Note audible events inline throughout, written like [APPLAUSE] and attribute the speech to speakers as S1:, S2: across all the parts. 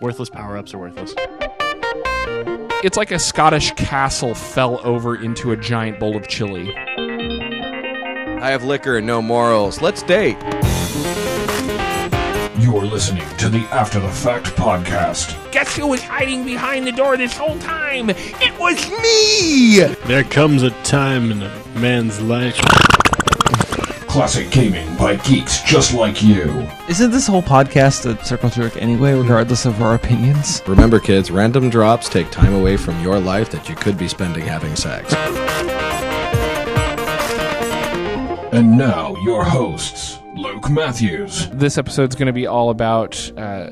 S1: Worthless power ups are worthless.
S2: It's like a Scottish castle fell over into a giant bowl of chili.
S3: I have liquor and no morals. Let's date.
S4: You are listening to the After the Fact podcast.
S2: Guess who was hiding behind the door this whole time? It was
S5: There comes a time in a man's life.
S4: Classic gaming by geeks just like you.
S6: Isn't this whole podcast a circle jerk anyway, regardless of our opinions?
S3: Remember, kids, random drops take time away from your life that you could be spending having sex.
S4: And now your hosts, Luke Matthews,
S2: This episode's going to be all about. Uh,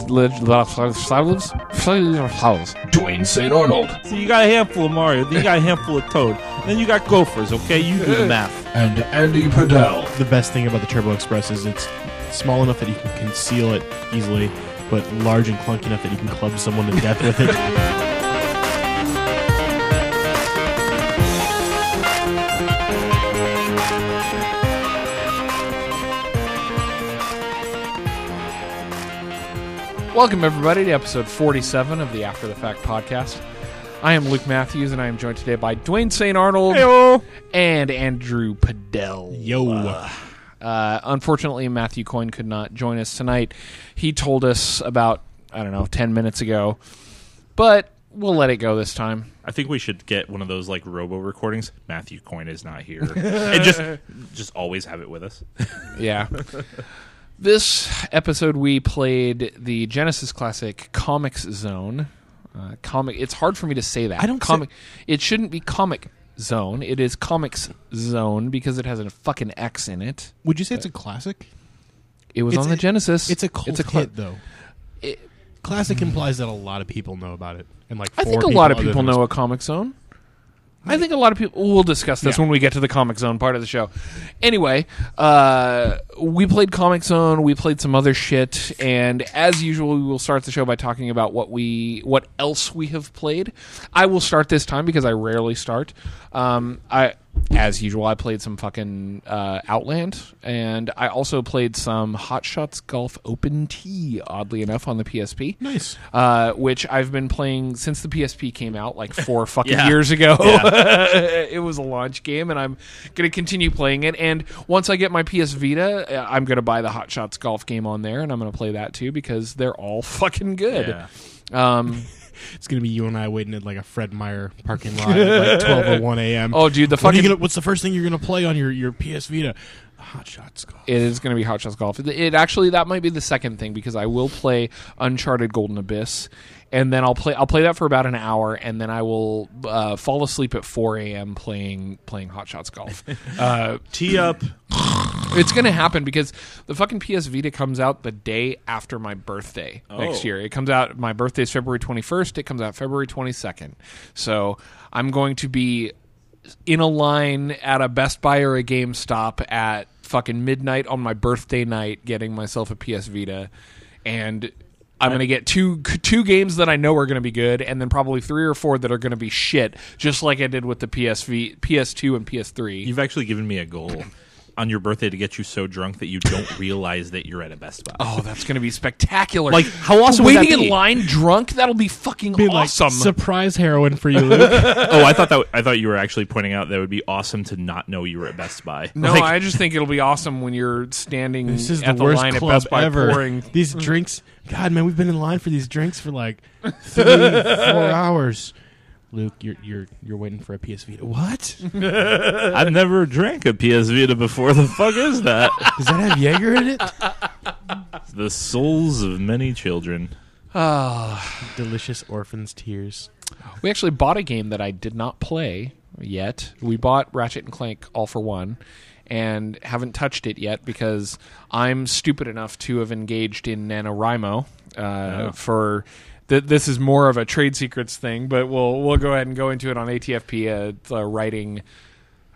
S2: That's
S4: Dwayne St. Arnold,
S7: So you got a handful of Mario, then you got a handful of Toad, then you got Gophers. Okay, you
S2: [LAUGHS]
S7: do the math.
S4: and Andy Padell.
S5: The best thing about the Turbo Express is it's small enough that you can conceal it easily, but large and clunky enough that you can club someone to death with it.
S7: [LAUGHS]
S2: Welcome, everybody, to episode 47 of the After the Fact podcast. I am Luke Matthews, and I am joined today by Dwayne St. Arnold and Andrew Padell.
S5: Yo.
S2: Uh, unfortunately, Matthew Coyne could not join us tonight. He told us about, I don't know, 10 minutes ago, but we'll let it go this time.
S7: I think we should get one of those like robo recordings. Matthew Coyne is not here, and [LAUGHS] just just always have it with us.
S2: Yeah. [LAUGHS] this episode, we played the Genesis classic Comics Zone. Uh, comic. It's hard for me to say that.
S7: I don't
S2: comic. it shouldn't be Comic Zone. It is Comics Zone because it has a fucking X in it.
S5: Would you say it's a classic?
S2: It was
S5: It's
S2: on the
S5: a-
S2: Genesis.
S5: It's a cult
S2: cla-
S5: hit, though.
S2: It-
S5: classic implies that a lot of people know about it, and like
S2: I
S5: four
S2: think a lot of
S5: other
S2: people
S5: than us-
S2: know a Comic Zone. I think a lot of people. We'll discuss this
S5: Yeah.
S2: when we get to the Comic Zone part of the show. Anyway, uh, we played Comic Zone. We played some other shit, and as usual, we will start the show by talking about what we, what else we have played. I will start this time because I rarely start. Um, I, as usual, I played some fucking uh, Outland, and I also played some Hot Shots Golf Open T. Oddly enough, on the PSP
S5: Nice.
S2: uh, which I've been playing since the PSP came out
S5: [LAUGHS]
S2: like four fucking
S7: Yeah.
S2: years ago. [LAUGHS] it was a launch game, and I'm going to continue playing it. And once I get my PS Vita, uh, I'm going to buy the Hot Shots golf game on there, and I'm going to play that too because they're all [LAUGHS] fucking good.
S7: Yeah.
S2: Um,
S5: It's gonna be you and I waiting at like a Fred Meyer parking lot at
S2: [LAUGHS]
S5: like twelve or one a.m.
S2: oh, dude,
S5: [LAUGHS]
S2: the
S5: What are you
S2: fucking
S5: gonna- what's the first thing you're gonna play on your your PS Vita? Hot Shots. Golf.
S2: [LAUGHS] it is going to be Hot Shots Golf. It, it actually that might be the second thing because I will play Uncharted Golden Abyss, and then I'll play I'll play that for about an hour, and then I will uh, fall asleep at 4 a.m. playing playing Hot Shots Golf. uh,
S7: Tee up.
S2: it's going to happen because the fucking PS Vita comes out the day after my birthday next
S7: Oh.
S2: year. It comes out my birthday is February 21st. It comes out February 22nd. So I'm going to be in a line at a Best Buy or a GameStop at fucking midnight on my birthday night, getting myself a PS Vita, and. I'm gonna get two two games that I know are gonna be good, and then probably three or four that are gonna be shit, just like I did with the PSV, PS2, and PS3.
S7: You've actually given me a goal on your birthday to get you so drunk that you [LAUGHS] don't realize that you're at a Best Buy.
S2: Oh, that's going to be spectacular!
S7: Like, how awesome would
S2: Waiting
S7: that be?
S2: in line drunk, that'll be fucking
S5: Be like,
S2: awesome.
S5: surprise heroin for you, [LAUGHS] Luke.
S7: Oh, I thought that I thought you were actually pointing out that it would be awesome to not know you were at Best Buy.
S2: no,
S7: Like,
S2: I just think it'll be awesome when you're standing
S5: this is
S2: at
S5: the
S2: the,
S5: worst
S2: line at
S5: club
S2: Best Buy
S5: ever.
S2: pouring.
S5: These drinks, God, man, we've been in line for these drinks for like three, four [LAUGHS] hours. Luke, you're you're you're waiting for a PS Vita. What
S7: I've never drank a PS Vita before. The fuck is [LAUGHS] that?
S5: does that have Jaeger in [LAUGHS] it?
S7: the souls of many children.
S5: Delicious orphans tears.
S2: We actually bought a game that I did not play yet. We bought Ratchet and Clank All for One, and haven't touched it yet because I'm stupid enough to have engaged in NaNoWriMo uh, for. Th- this is more of a trade secrets thing, but we'll we'll go ahead and go into it on ATFP. Uh, it's a writing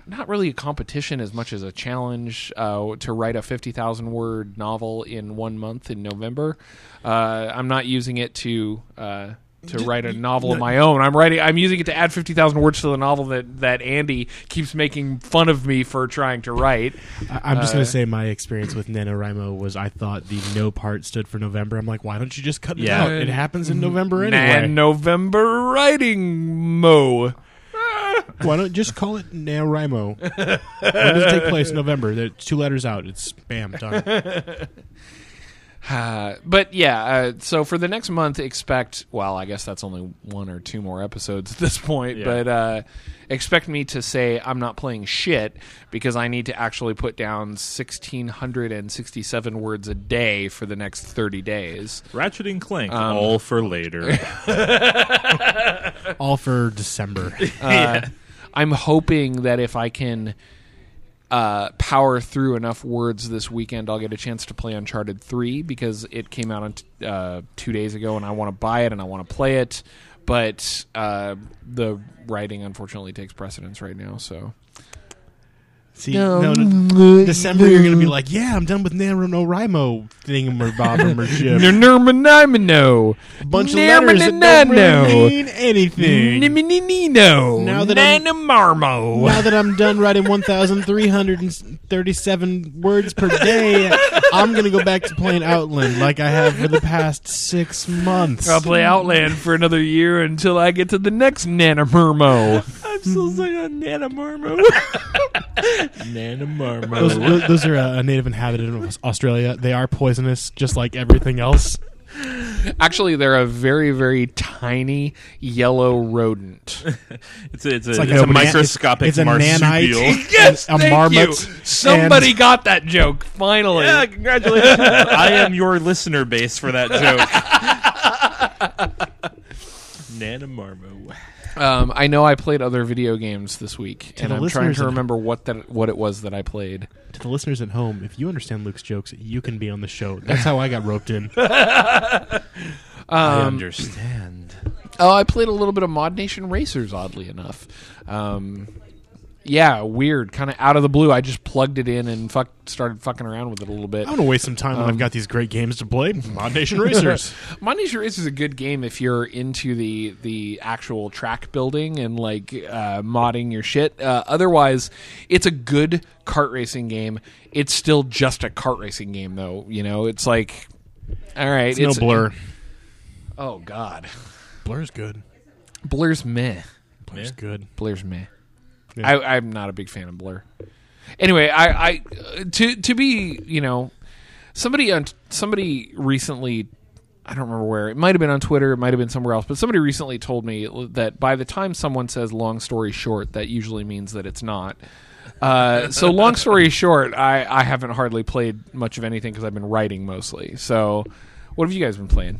S2: not really a competition as much as a challenge uh, to write a 50,000 word novel in one month in November. Uh, I'm not using it to uh, to write a novel of my own. I'm writing. I'm using it to add fifty thousand words to the novel that that Andy keeps making fun of me for trying to write.
S5: I, am just gonna say my experience with NaNoWriMo was I thought the no part stood for November. I'm like, why don't you just cut it
S7: Yeah.
S5: out? It happens in November Mm-hmm. anyway.
S2: And November writing mo.
S5: Why don't you just call it NaNoWriMo? when does it take place? November. There's two letters out. It's spam done.
S2: Uh, but yeah, uh, so for the next month, expect. Well, I guess that's only one or two more episodes at this point,
S7: Yeah.
S2: but uh, expect me to say I'm not playing shit because I need to actually put down 1,667 words a day for the next 30 days.
S7: Ratchet and Clank, all for later.
S5: All for December.
S2: I'm hoping that if I can uh, power through enough words this weekend, I'll get a chance to play Uncharted 3 because it came out on t- uh, two days ago and I want to buy it and I want to play it. But uh, the writing unfortunately takes precedence right now. So
S5: See, no, no, December you're gonna be like, yeah, I'm done with NaNoWriMo thing or bob or ship.
S2: Nermanimino.
S5: A bunch of letters that don't really mean anything. Now that I'm-
S2: Nanomarmo.
S5: Now that I'm done writing 1,337 words per day, I'm going to go back to playing Outland like I have for the past six months.
S2: I'll play Outland for another year until I get to the next Nanomermo.
S7: I'm still saying a nanomarmo.
S5: Those, those those are a native inhabitant of Australia. They are poisonous, just like everything else.
S2: [LAUGHS] Actually, they're a very, very tiny yellow rodent. [LAUGHS]
S7: It's a, it's a,
S5: like
S7: it's
S5: a
S7: a
S5: na-
S7: microscopic
S5: it's a nanite.
S7: marsupial.
S5: [LAUGHS]
S7: [LAUGHS]
S2: yes,
S5: A thank marmot you. and-
S2: Somebody
S5: Somebody
S2: got that joke finally.
S7: yeah, congratulations. I am your listener base for that joke. nanomarmo.
S2: Um, I know I played other video games this week, and
S5: the
S2: I'm trying
S5: listeners
S2: to
S5: at-
S2: remember what that what it was that I played.
S5: To the listeners at home, if you understand Luke's jokes, you can be on the show. That's how I got roped in.
S7: I understand.
S2: Oh, I played a little bit of Mod Nation Racers, oddly enough. Um, yeah, weird, kind of out of the blue. I just plugged it in and fuck, started fucking around with it a little bit.
S5: I don't want to waste some time when I've got these great games to play. Mod Nation
S2: [LAUGHS]
S5: Racers.
S2: Mod Nation Race is a good game if you're into the the actual track building and like uh, modding your shit. Uh, otherwise, it's a good kart racing game. It's still just a kart racing game, though. You know, it's like all right,
S5: no
S2: it's,
S5: blur.
S2: Oh God,
S5: Blur's good.
S2: Blur's meh.
S5: Blur's good.
S2: Blur's meh.
S5: Yeah.
S2: I, I'm not a big fan of Blur. Anyway, I, I uh, to to be you know somebody on somebody recently I don't remember where it might have been on Twitter, it might have been somewhere else, but somebody recently told me that by the time someone says long story short, that usually means that it's not. Uh, so long story short, I, I haven't hardly played much of anything because I've been writing mostly. So what have you guys been playing?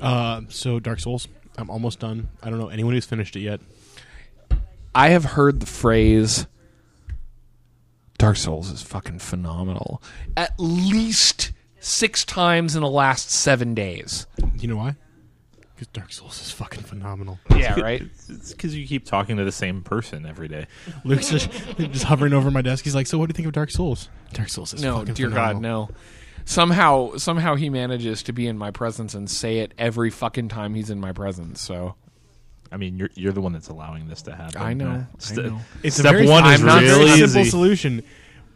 S5: Uh, so Dark Souls, I'm almost done. I don't know anyone who's finished it yet.
S2: I have heard the phrase Dark Souls is fucking phenomenal at least six times in the last seven days.
S5: You know why? Because Dark Souls is fucking phenomenal.
S2: [LAUGHS] Yeah, right?
S7: It's because you keep talking to the same person every day.
S5: Luke's just, [LAUGHS] just hovering over my desk. He's like, "So what do you think of Dark Souls?" Dark Souls is
S2: no,
S5: fucking
S2: dear God,
S5: phenomenal.
S2: no. Somehow somehow he manages to be in my presence and say it every fucking time he's in my presence. So
S7: I mean, you're you're the one that's allowing this to happen.
S2: I know, I
S7: Ste-
S2: know.
S5: It's
S7: Step
S5: a very
S7: one is
S5: I'm not-
S7: really
S5: it's a
S7: easy.
S5: simple solution.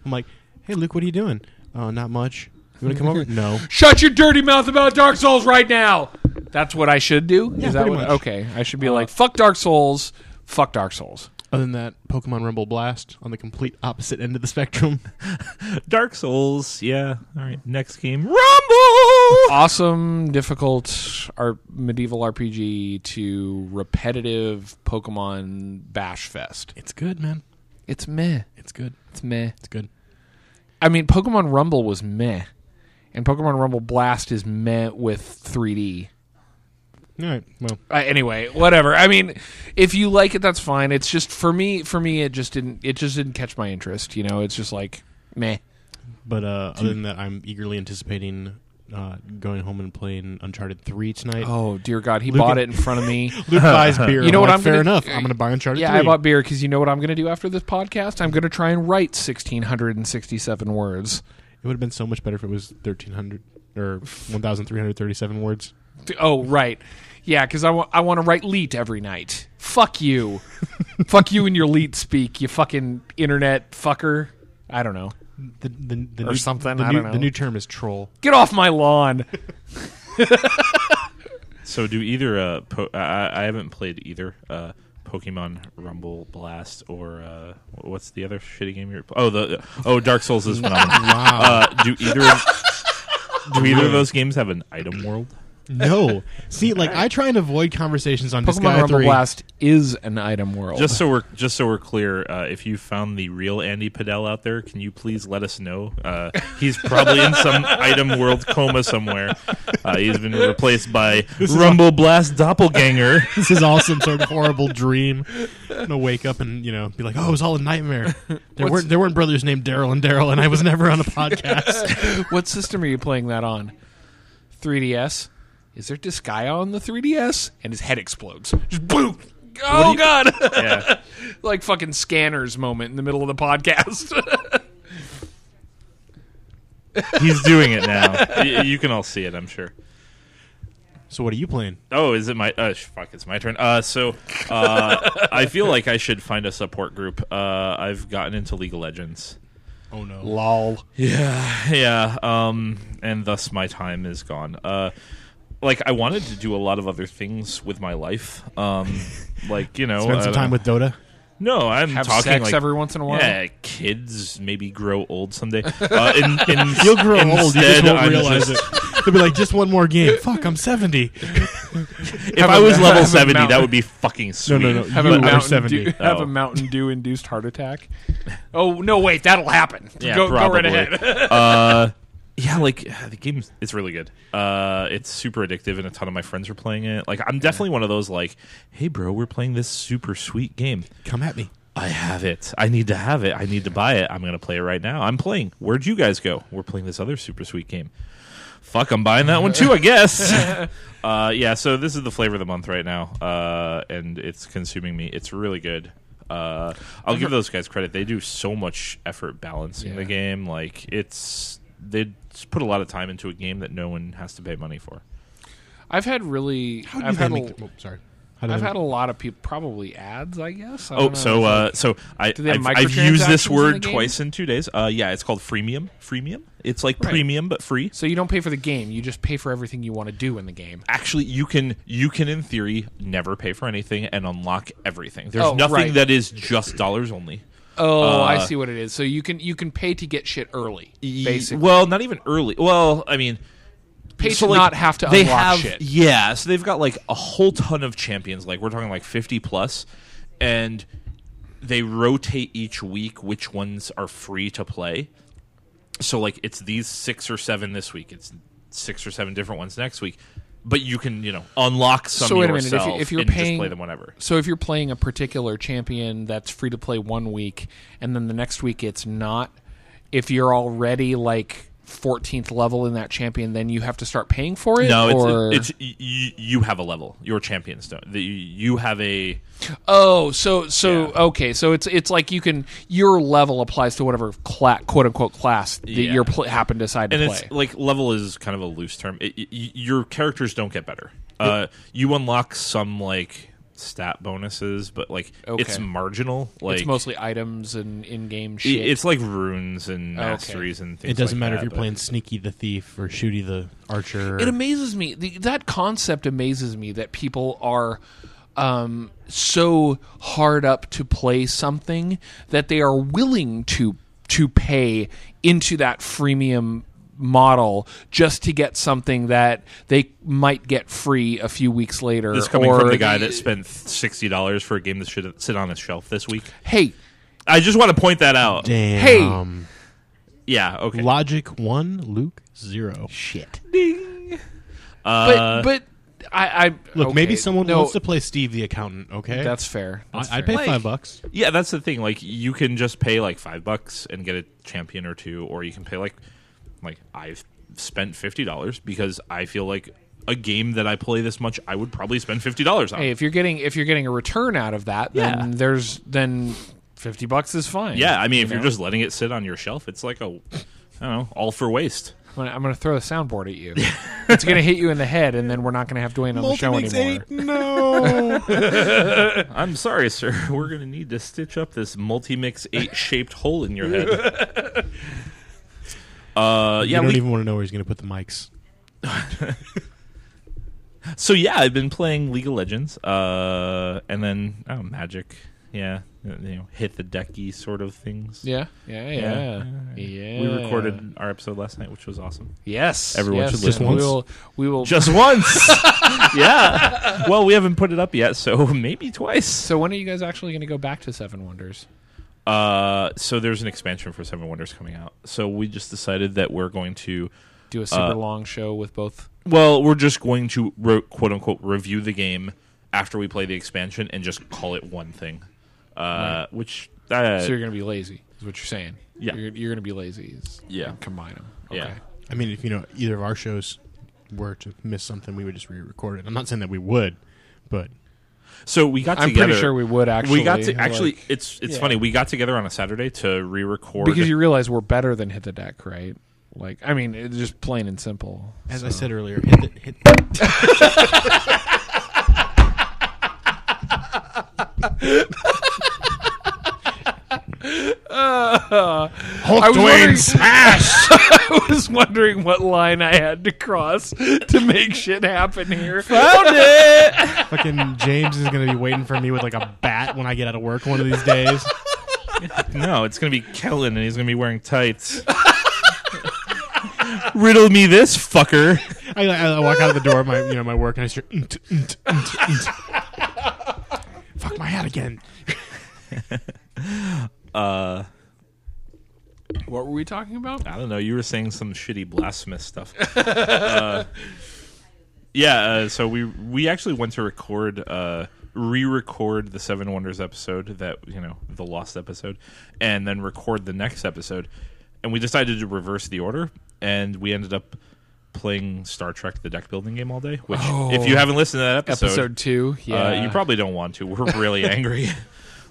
S5: I'm like, "Hey, Luke, what are you doing?" Oh, not much. You want to come over? [LAUGHS] No.
S2: Shut your dirty mouth about Dark Souls right now. That's what I should do?
S5: Yeah,
S2: is that
S5: pretty
S2: what
S5: much.
S2: okay. I should be like, fuck Dark Souls, fuck Dark Souls.
S5: Other than that, Pokemon Rumble Blast on the complete opposite end of the spectrum. [LAUGHS]
S7: Dark Souls, yeah. All right, next game, Rumble.
S2: awesome, difficult R- medieval RPG to repetitive Pokemon bash fest.
S5: It's good, man.
S2: It's meh.
S5: It's good.
S2: It's meh.
S5: It's good.
S2: I mean, Pokemon Rumble was meh, and Pokemon Rumble Blast is meh with 3D.
S5: All right. Well,
S2: Uh, anyway, whatever. I mean, if you like it, that's fine. It's just for me. For me, it just didn't. It just didn't catch my interest. You know, it's just like meh.
S5: But uh, other than that, I'm eagerly anticipating uh, going home and playing Uncharted 3 tonight.
S2: Oh dear God, he
S5: Luke-
S2: bought it in front of me.
S5: [LAUGHS] Luke buys beer.
S2: You know what
S5: like,
S2: I'm
S5: Fair
S2: gonna-
S5: enough. I'm going to buy Uncharted
S2: Yeah,
S5: 3.
S2: I bought beer because you know what I'm going to do after this podcast? I'm going to try and write 1,667 words.
S5: it would have been so much better if it was 1,300 or 1,337 words.
S2: Oh, right. Yeah, because I want to write leet every night. Fuck
S7: [LAUGHS]
S2: you. Fuck you and your leet speak, you fucking internet fucker. I don't know.
S5: The, the, the
S2: Or
S5: new,
S2: something,
S5: The
S2: I
S5: new,
S2: don't know.
S5: The new term is troll.
S2: Get off my lawn.
S7: So do either uh po- I- I, I haven't played either uh Pokemon Rumble Blast or uh what's the other shitty game you're oh the oh Dark Souls is phenomenal.
S5: Wow.
S7: Uh do either do either of those games have an item world?
S5: no. See, like I try and avoid conversations on
S2: Pokemon
S5: Disgaea
S2: Rumble
S5: 3.
S2: Blast is an item world.
S7: Just so we're just so we're clear, uh, if you found the real Andy Padell out there, can you please let us know? Uh, he's probably in some item world coma somewhere. Uh, he's been replaced by Rumble Blast Doppelganger.
S5: This is all some sort of horrible dream. I'm gonna wake up and you know be like, oh, it was all a nightmare. There weren't there weren't brothers named Daryl and Daryl, and I was never on a podcast.
S2: [LAUGHS] what system are you playing that on? 3DS. Is there Disgaea on the 3DS? And his head explodes. Just boom. Oh god! [LAUGHS]
S7: Yeah.
S2: like fucking scanners moment in the middle of the
S7: [LAUGHS]
S2: podcast.
S7: He's doing it now. [LAUGHS] Y- you can all see it, I'm sure.
S5: so what are you playing?
S7: Oh, is it my? Uh, sh- fuck, it's my turn. Uh, so uh, I feel like I should find a support group. Uh, I've gotten into League of Legends. [LAUGHS]
S5: Oh no.
S2: Lol.
S7: Yeah, yeah. Um, and thus my time is gone. Uh, like I wanted to do a lot of other things with my life. Um, like you know,
S5: Spend
S7: I
S5: some
S7: don't-
S5: time with Dota.
S7: No, I'm
S2: Have
S7: talking
S2: sex
S7: like
S2: every once in a while.
S7: yeah, kids maybe grow old someday. Uh, in,
S2: [LAUGHS]
S7: in,
S5: You'll grow old. You just
S7: instead,
S5: won't
S7: I'm
S5: realize
S7: just-
S5: it. They'll be like, just one more game. Fuck, I'm seventy.
S7: If
S2: Have
S7: I
S2: a- [LAUGHS]
S7: was
S2: have
S7: level
S2: a
S7: seventy, that
S2: mountain.
S7: would be fucking sweet.
S2: Have
S5: You
S2: a
S5: are
S2: Mountain
S5: 70.
S2: Dew, have
S7: Oh.
S2: a Mountain Dew induced heart attack. [LAUGHS] Oh no! Wait, that'll happen. go, go right ahead.
S7: uh, yeah, like [SIGHS] the game, it's really good. Uh, it's super addictive, and a ton of my friends are playing it. Like, I'm definitely one of those like, hey, bro, we're playing this super sweet game.
S5: Come at me.
S7: I have it. I need to have it. I need to buy it. I'm gonna play it right now. I'm playing. Where'd you guys go? We're playing this other super sweet game. Fuck, I'm buying that one too. I guess. uh, yeah. So this is the flavor of the month right now, uh, and it's consuming me. It's really good. Uh, I'll give those guys credit. They do so much effort balancing the
S2: Yeah.
S7: game. Like it's they just put a lot of time into a game that no one has to pay money for.
S2: [LAUGHS] I've had really.
S5: How do
S2: I've
S5: they
S2: had.
S5: make
S2: A,
S5: oh, sorry. How do
S2: I've
S5: they
S2: had a lot of people. Probably ads, I guess. I
S7: Oh,
S2: don't know.
S7: so uh, so I,
S2: Do they have
S7: I've, I've used
S2: microtransactions
S7: this
S2: in the
S7: word
S2: game?
S7: twice in two days. Uh, yeah, it's called freemium. Freemium. It's like
S2: Right.
S7: premium but free.
S2: So you don't pay for the game. You just pay for everything you want to do in the game.
S7: Actually, you can you can in theory never pay for anything and unlock everything. There's
S2: Oh,
S7: nothing
S2: right.
S7: that is just dollars only.
S2: Oh, I see what it is. So you can you can pay to get shit early,
S7: Y-
S2: basically.
S7: well, not even early. Well, I mean,
S2: pay
S7: so
S2: to
S7: like,
S2: not have to
S7: they
S2: unlock
S7: have,
S2: shit.
S7: Yeah, so they've got like a whole ton of champions. Like we're talking like fifty plus, and they rotate each week which ones are free to play. So like it's these six or seven this week. It's six or seven different ones next week. But you can you know unlock some
S2: So wait a minute, if you-
S7: yourself
S2: if you're
S7: and
S2: paying-
S7: just play them whenever.
S2: So if you're playing a particular champion that's free to play one week, and then the next week it's not, if you're already like 14th level in that champion, then you have to start paying for it.
S7: No,
S2: or
S7: it's, it's y- y- you have a level. Your champions don't. The- You have a
S2: oh, so so
S7: Yeah.
S2: okay, so it's it's like you can your level applies to whatever cla- quote unquote class that
S7: Yeah.
S2: you're pl- happen to decide to
S7: and
S2: play.
S7: it's like level is kind of a loose term. It, y y- your characters don't get better. Uh, you unlock some like stat bonuses, but like it's
S2: Okay.
S7: marginal. Like
S2: it's mostly items and in-game
S7: i-
S2: shit.
S7: it's like runes and
S2: Okay.
S7: masteries and things.
S5: It doesn't
S7: like
S5: matter
S7: that,
S5: if you're
S7: but-
S5: playing Sneaky the Thief or Shooty the Archer.
S2: it amazes me the, that concept amazes me that people are um, so hard up to play something that they are willing to to pay into that freemium model just to get something that they might get free a few weeks later
S7: This coming from
S2: or
S7: the guy that spent sixty dollars for a game that should sit on his shelf this week.
S2: hey
S7: I just want to point that out.
S5: Damn.
S2: Hey.
S7: Yeah. Okay.
S5: Logic one, Luke zero. Shit.
S2: but
S7: Uh,
S2: but i i
S5: Look, maybe
S2: okay,
S5: someone
S2: no,
S5: wants to play Steve the accountant. Okay,
S2: that's fair that's
S5: I, I'd pay
S2: fair.
S5: five bucks.
S7: Yeah, that's the thing. Like you can just pay like five bucks and get a champion or two, or you can pay like like I've spent fifty dollars because I feel like a game that I play this much, I would probably spend fifty dollars on.
S2: hey if you're getting if you're getting a return out of that then
S7: Yeah.
S2: there's then 50 bucks is fine
S7: yeah, I mean, if you're just letting it sit on your shelf, it's like a I don't know, all for waste.
S2: gonna- I'm going to throw a soundboard at you. it's going to hit you in the head, and then we're not going to have Dwayne on the show anymore.
S5: [LAUGHS] No.
S7: I'm sorry, sir. [LAUGHS] We're going to need to stitch up this Multimix 8 shaped hole in your head.
S5: [LAUGHS] yeah,
S7: Uh, yeah,
S5: you don't
S7: we-
S5: even want to know where he's going to put the mics.
S7: so yeah, I've been playing League of Legends, uh, and then oh, Magic, yeah, you know, hit the decky sort of things.
S2: Yeah, yeah, yeah, yeah.
S7: We recorded our episode last night, which was awesome. [LAUGHS]
S2: Yes,
S7: Everyone
S2: yes,
S7: should listen
S2: and
S7: once.
S2: We will. We will.
S7: Just once, [LAUGHS] yeah. Well, we haven't put it up yet, so [LAUGHS] maybe twice.
S2: so when are you guys actually going to go back to Seven Wonders?
S7: Uh, so there's an expansion for Seven Wonders coming out. So we just decided that we're going to
S2: Do a super
S7: Uh,
S2: long show with both.
S7: Well, we're just going to re- quote unquote review the game after we play the expansion and just call it one thing, uh, which uh,
S2: So you're going to be lazy, is what you're saying.
S7: Yeah.
S2: you're, you're going to be lazy. is-
S7: Yeah.
S2: combine them. Okay.
S7: Yeah.
S5: I mean, if you know either of our shows were to miss something, we would just re-record it. I'm not saying that we would, but
S7: so we got
S2: I'm
S7: together.
S2: pretty sure we would actually.
S7: we got to actually.
S2: like-
S7: it's it's
S2: yeah.
S7: funny. We got together on a Saturday to re-record
S2: because you realize we're better than hit the deck, right? Like, I mean, it's just plain and simple.
S5: as I said earlier, hit the, hit [LAUGHS] the,
S2: I was wondering- [LAUGHS] I was wondering what line I had to cross to make shit happen here.
S5: fucking James is going to be waiting for me with like a bat when I get out of work one of these days.
S7: No, it's gonna be Kellen, and he's gonna be
S2: [LAUGHS]
S7: wearing tights. Riddle me this, fucker.
S5: I, I I walk out of the door of my you know my work and I start. "Unt, unt, unt, unt." Fuck my hat again.
S2: What were we talking about?
S7: I don't know. You were saying some shitty blasphemous stuff. [LAUGHS] uh, yeah. Uh, so we we actually went to record uh, re-record the Seven Wonders episode that you know the lost episode, and then record the next episode, and we decided to reverse the order, and we ended up playing Star Trek the deck building game all day. Which, if you haven't listened to that episode.
S2: Oh. Episode two. Yeah,
S7: uh, you probably don't want to. We're
S2: [LAUGHS]
S7: really angry.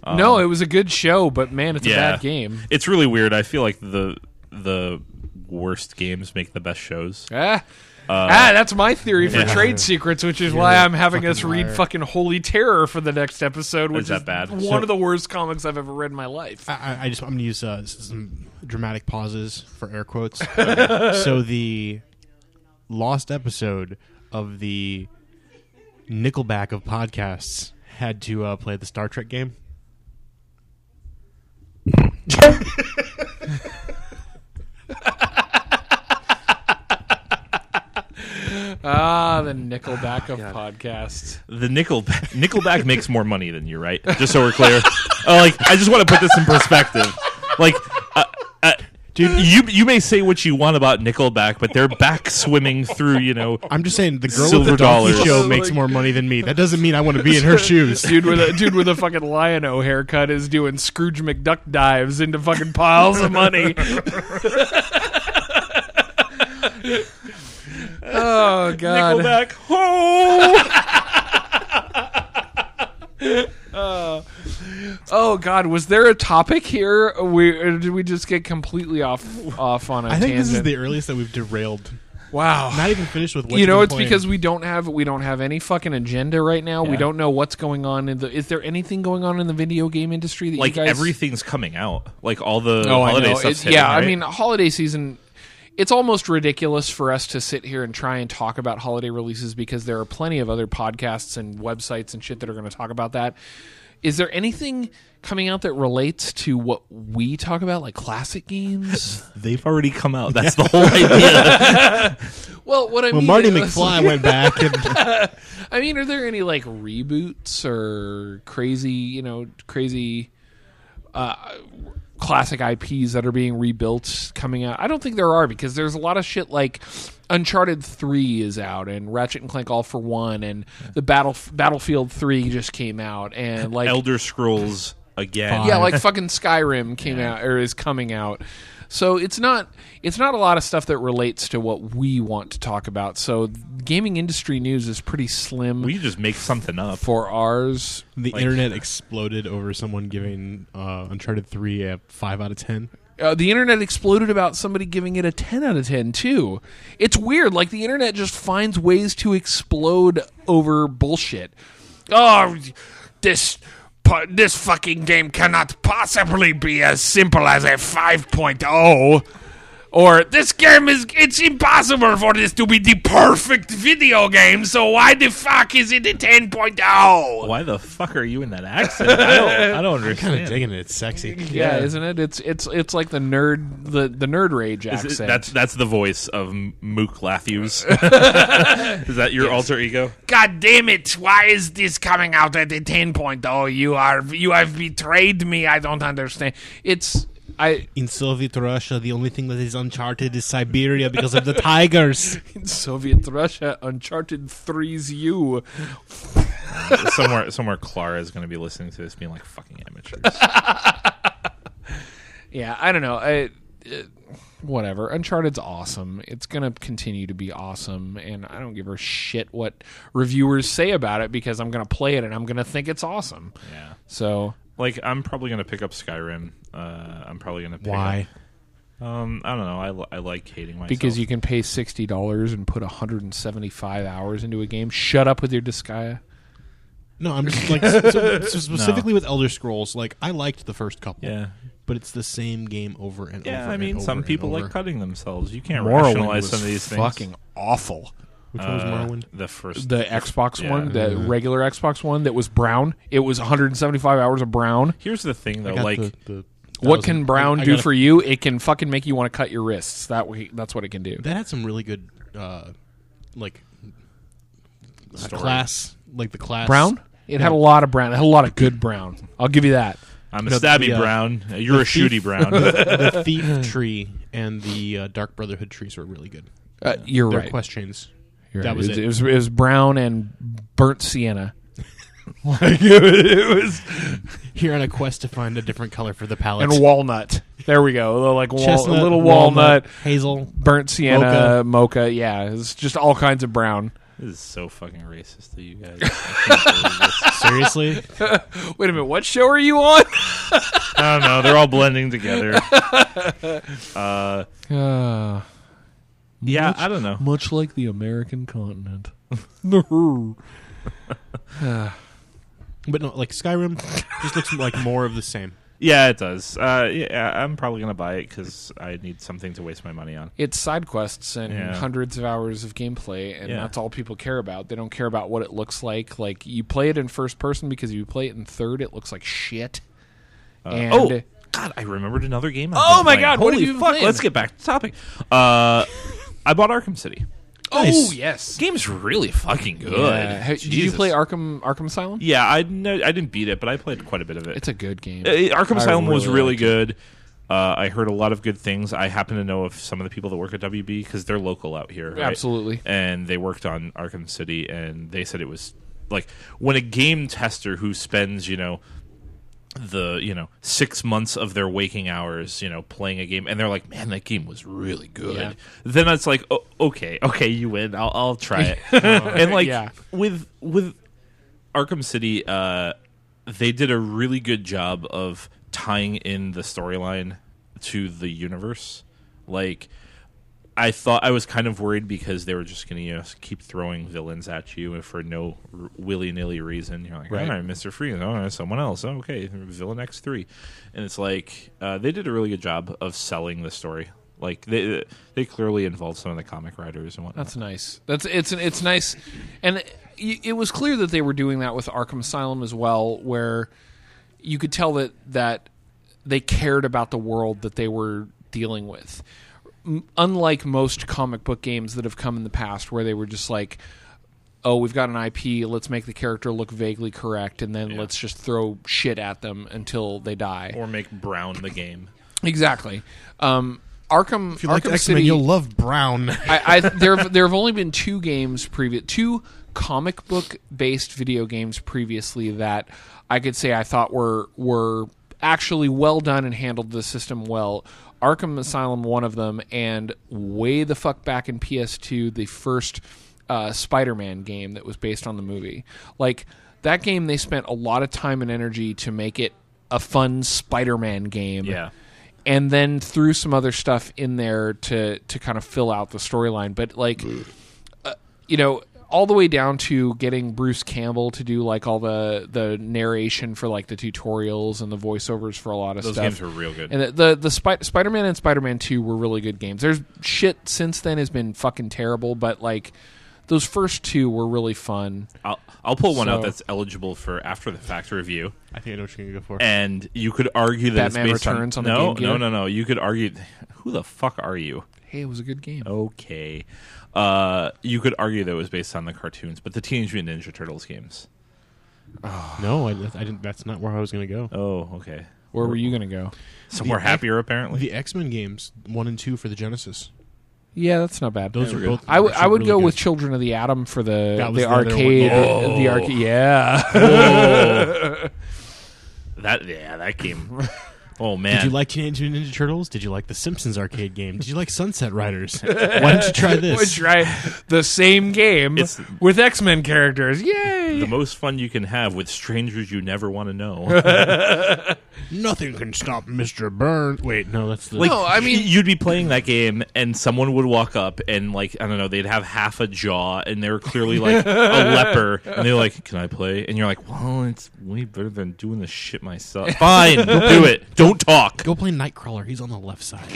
S2: no. It was a good show, but man, it's
S7: um, Yeah.
S2: a bad game.
S7: it's really weird. I feel like the the worst games make the best shows.
S2: Ah. ah, that's my theory for
S7: Uh, yeah.
S2: trade secrets, which is why I'm having us
S5: fucking
S2: read
S5: liar.
S2: fucking Holy Terror for the next episode, which is,
S7: that bad?
S2: one
S7: So-
S2: of the worst comics I've ever read in my life.
S5: I, I- I just I'm gonna use uh, s- some dramatic pauses for air [LAUGHS] quotes. so the lost episode of the Nickelback of podcasts had to uh, play the Star Trek game.
S2: Ah, the Nickelback of podcasts.
S7: the Nickelback Nickelback makes more money than you, right? Just so we're clear. Uh, like, I just want to put this in perspective. Like, uh, uh, dude, you you may say what you want about Nickelback, but they're back swimming through, you know.
S5: I'm just saying the girl with
S7: Silver
S5: the donkey
S7: dollars.
S5: show makes more money than me. That doesn't mean I want to be in her shoes.
S2: Dude with a dude with a fucking lion o haircut is doing Scrooge McDuck dives into fucking piles
S5: [LAUGHS]
S2: of money. oh god.
S7: Nickelback, oh!
S2: Oh God, was there a topic here? We or did we just get completely off off on a
S5: I think
S2: tangent?
S5: this is the earliest that we've derailed.
S2: wow.
S5: Not even finished with what
S2: You know,
S5: been
S2: it's
S5: playing.
S2: because we don't have we don't have any fucking agenda right now. We
S7: Yeah.
S2: don't know what's going on in the. Is there anything going on in the video game industry that
S7: Like
S2: you guys,
S7: everything's coming out. Like all the
S2: Oh, I
S7: holiday
S2: know.
S7: stuff's
S2: It-
S7: hitting,
S2: yeah,
S7: right?
S2: I mean, holiday season. It's almost ridiculous for us to sit here and try and talk about holiday releases because there are plenty of other podcasts and websites and shit that are going to talk about that. Is there anything coming out that relates to what we talk about, like classic games?
S7: they've already come out. That's the
S2: [LAUGHS]
S7: whole idea.
S2: well, what I
S5: Well,
S2: mean,
S5: Marty
S2: is-
S5: McFly went back and
S2: I mean, are there any like reboots or crazy, you know, crazy uh, classic IPs that are being rebuilt coming out? I don't think there are because there's a lot of shit like Uncharted Three is out and Ratchet and Clank All for One and the Battle Battlefield Three just came out and like
S7: Elder Scrolls again.
S2: yeah, like fucking Skyrim came out or is coming out. So it's not it's not a lot of stuff that relates to what we want to talk about. So gaming industry news is pretty slim
S7: we just make something up.
S2: for ours.
S5: The internet exploded over someone giving uh, Uncharted Three a five out of ten.
S2: Uh, the internet exploded about somebody giving it a 10 out of 10 too. It's weird like the internet just finds ways to explode over bullshit. Oh, this po- this fucking game cannot possibly be as simple as a 5.0 or this game is it's impossible for this to be the perfect video game, so why the fuck is it a oh? 10.0?
S7: Why the fuck are you in that accent? I don't, I
S5: Kind
S7: don't
S5: of
S7: understand.
S5: digging it. It's sexy.
S2: Yeah, isn't it? It's it's it's like the nerd the, the nerd rage
S7: Is it-
S2: accent.
S7: that's that's the voice of M- Mook [LAUGHS] Laughuse. is that your alter ego?
S2: God damn it! Why is this coming out at a 10.0? You are you have betrayed me. I don't understand. It's I
S5: In Soviet Russia, the only thing that is uncharted is Siberia because of the tigers.
S2: in Soviet Russia, Uncharted 3's you.
S7: Somewhere somewhere Clara is going to be listening to this, being like fucking amateurs.
S2: Yeah, I don't know. I, it, whatever. Uncharted's awesome. It's going to continue to be awesome. And I don't give a shit what reviewers say about it because I'm going to play it and I'm going to think it's awesome.
S7: Yeah.
S2: So,
S7: Like I'm probably going to pick up Skyrim. Uh, I'm probably going to
S5: Why?
S7: Up, um, I don't know. I, li- I like hating myself
S2: because you can pay $60 and put 175 hours into a game, shut up with your Disgaea.
S5: No, I'm just like s- s- specifically with Elder Scrolls. Like I liked the first couple.
S7: Yeah.
S5: But it's the same game over and
S7: Yeah,
S5: over.
S7: I
S5: and
S7: mean,
S5: over
S7: some
S5: and
S7: people like
S5: over.
S7: cutting themselves. You can't
S2: Morrowind
S7: rationalize
S2: was
S7: some of these things.
S2: fucking awful.
S5: Which one was
S7: Uh,
S5: Morrowind?
S7: the first
S2: The Xbox
S7: Yeah.
S2: one, the regular Xbox one that was brown, it was 175 hours of brown.
S7: Here's the thing, though.
S5: I got
S7: Like,
S5: the- the
S2: What
S5: thousand-
S2: can brown
S5: I- I
S2: do
S5: got a-
S2: for you? It can fucking make you want to cut your wrists. That way, that's what it can do.
S5: That had some really good, uh, like uh, class, like the class
S2: Brown? It had a lot of brown. It had a lot of good brown. I'll give you that.
S7: I'm a
S5: No, the,
S7: stabby
S5: uh,
S7: brown. uh, You're a shooty brown.
S5: the
S2: [LAUGHS]
S5: thief tree and the uh, dark brotherhood trees were really good.
S2: Uh, you're
S5: Their
S2: right.
S5: quest chains.
S2: You're
S5: that
S2: right.
S5: was
S2: it.
S5: it.
S2: was, it was brown and burnt sienna.
S5: [LAUGHS] Here on a quest to find a different color for the palette.
S2: And walnut. There we go. A little, Like wal-
S5: Chestnut,
S2: a little walnut,
S5: hazel.
S2: burnt sienna, mocha. Yeah, it's just all kinds of brown.
S7: this is so fucking racist to you guys. I can't believe this.
S5: Seriously, [LAUGHS]
S2: Wait a minute. What show are you on?
S7: I don't know. They're all
S2: [LAUGHS]
S7: blending together. Uh,
S2: [SIGHS] Uh,
S7: yeah, I don't know.
S2: much like the American continent.
S5: but no, like Skyrim just looks like more of the same.
S7: Yeah, it does. Uh, yeah, I'm probably gonna buy it because I need something to waste my money [LAUGHS] on.
S2: it's side quests and
S7: Yeah.
S2: hundreds of hours of gameplay and
S7: Yeah.
S2: that's all people care about they don't care about what it looks like like you play it in first person because if you play it in third it looks like shit and uh,
S7: oh God, I remembered another game. I've
S2: Oh
S7: been
S2: my
S7: playing.
S2: God,
S7: Holy
S2: what have you been
S7: fuck!
S2: playing?
S7: Let's get back to topic. Uh, I bought Arkham City.
S2: oh,
S5: nice.
S2: yes
S7: Game's really fucking good.
S2: Yeah. Ha- did you
S7: Jesus.
S2: play arkham arkham asylum
S7: Yeah, I no, I didn't beat it, but I played quite a bit of it.
S2: it's a good game
S7: Uh,
S2: I
S7: Arkham Asylum was
S2: really
S7: really
S2: liked
S7: good. Uh, I heard a lot of good things. I happen to know of some of the people that work at WB because they're local out here. right?
S2: Absolutely.
S7: And they worked on Arkham City, and they said it was like when a game tester who spends, you know, the you know six months of their waking hours, you know, playing a game, and they're like, "Man, that game was really good."
S2: Yeah.
S7: Then it's like, oh, "Okay, okay, you win. I'll,
S2: [LAUGHS]
S7: I'll try it." and like
S2: Yeah.
S7: with with Arkham City, uh, they did a really good job of tying in the storyline to the universe. Like, I thought I was kind of worried because they were just going to you know, keep throwing villains at you for no r- willy nilly reason. You're like, all right, Mister Freeze, all right, someone else, oh, okay, villain X three, and it's like uh, they did a really good job of selling the story. Like they uh, they clearly involved some of the comic writers and whatnot.
S2: That's nice. That's it's it's nice, and it, it was clear that they were doing that with Arkham Asylum as well, where you could tell that that they cared about the world that they were dealing with. M- Unlike most comic book games that have come in the past, where they were just like, "Oh, we've got an IP. Let's make the character look vaguely correct, and then let's just throw shit at them until they die."
S7: or make Brown the game.
S2: exactly. Um, Arkham.
S5: If you like
S2: Arkham
S5: X Men,
S2: City-
S5: you'll love
S2: [LAUGHS]
S5: brown.
S2: I, I there have- there have only been two games previous two comic book based video games previously that I could say I thought were were actually well done and handled the system well. Arkham Asylum, one of them, and way the fuck back in PS2, the first uh, Spider-Man game that was based on the movie. Like that game, they spent a lot of time and energy to make it a fun Spider-Man game.
S7: Yeah.
S2: and then threw some other stuff in there to to kind of fill out the storyline. But like, uh, you know, all the way down to getting Bruce Campbell to do like all the the narration for like the tutorials and the voiceovers for a lot of
S7: Those
S2: stuff.
S7: games were real good.
S2: And the the, the Spi- Spider Man and Spider Man Two were really good games. There's shit since then has been fucking terrible, but like those first two were really fun.
S7: I'll, I'll pull one out
S2: So-
S7: that's eligible for after the fact review,
S5: I think I know what you're gonna go for.
S2: Eh.
S7: and you could argue that it's
S2: Batman
S7: based
S2: Returns on the
S7: no,
S2: Game
S7: no,
S2: Gear?
S7: no, no. You could argue, who the fuck are you?
S2: Hey, it was a good game.
S7: Oh. Okay, uh, you could argue that it was based on the cartoons, but the Teenage Mutant Ninja Turtles games.
S5: No, I, I didn't. That's not where I was gonna go.
S7: Oh, okay.
S2: Where were you gonna go?
S7: Somewhere
S5: The-
S7: happier apparently.
S5: The X Men games one and two for the Genesis.
S2: Yeah, that's not bad.
S5: Those
S7: They
S5: are
S7: were good.
S5: both.
S2: I, w-
S5: actually
S2: I would
S5: really
S2: go
S5: good.
S2: with Children of the Atom for the
S5: That
S2: the,
S5: was the other
S2: arcade
S5: one. Oh.
S2: uh, the arcade yeah [LAUGHS]
S7: Whoa. [LAUGHS] that yeah,
S2: [LAUGHS]
S7: that game. Oh man,
S5: Did you like Teenage Mutant Ninja Turtles? Did you like the Simpsons arcade game? Did you like Sunset Riders?
S2: [LAUGHS]
S5: Why don't you try
S2: which
S5: this?
S2: right the same game
S7: It's-
S2: with X Men characters yay
S7: the most fun you can have with strangers you never want
S2: [LAUGHS]
S7: to know.
S5: Nothing can stop Mr. Burns. Wait, no, that's the.
S2: no I mean
S7: you'd be playing that game, and someone would walk up and like I don't know, they'd have half a jaw, and they were
S2: [LAUGHS]
S7: clearly like a leper, and they're like, "Can I play?" And you're like, "Well, it's way better than doing this
S2: [LAUGHS]
S7: shit myself." Fine, do it. Don't talk.
S5: go play Nightcrawler. He's on the left side.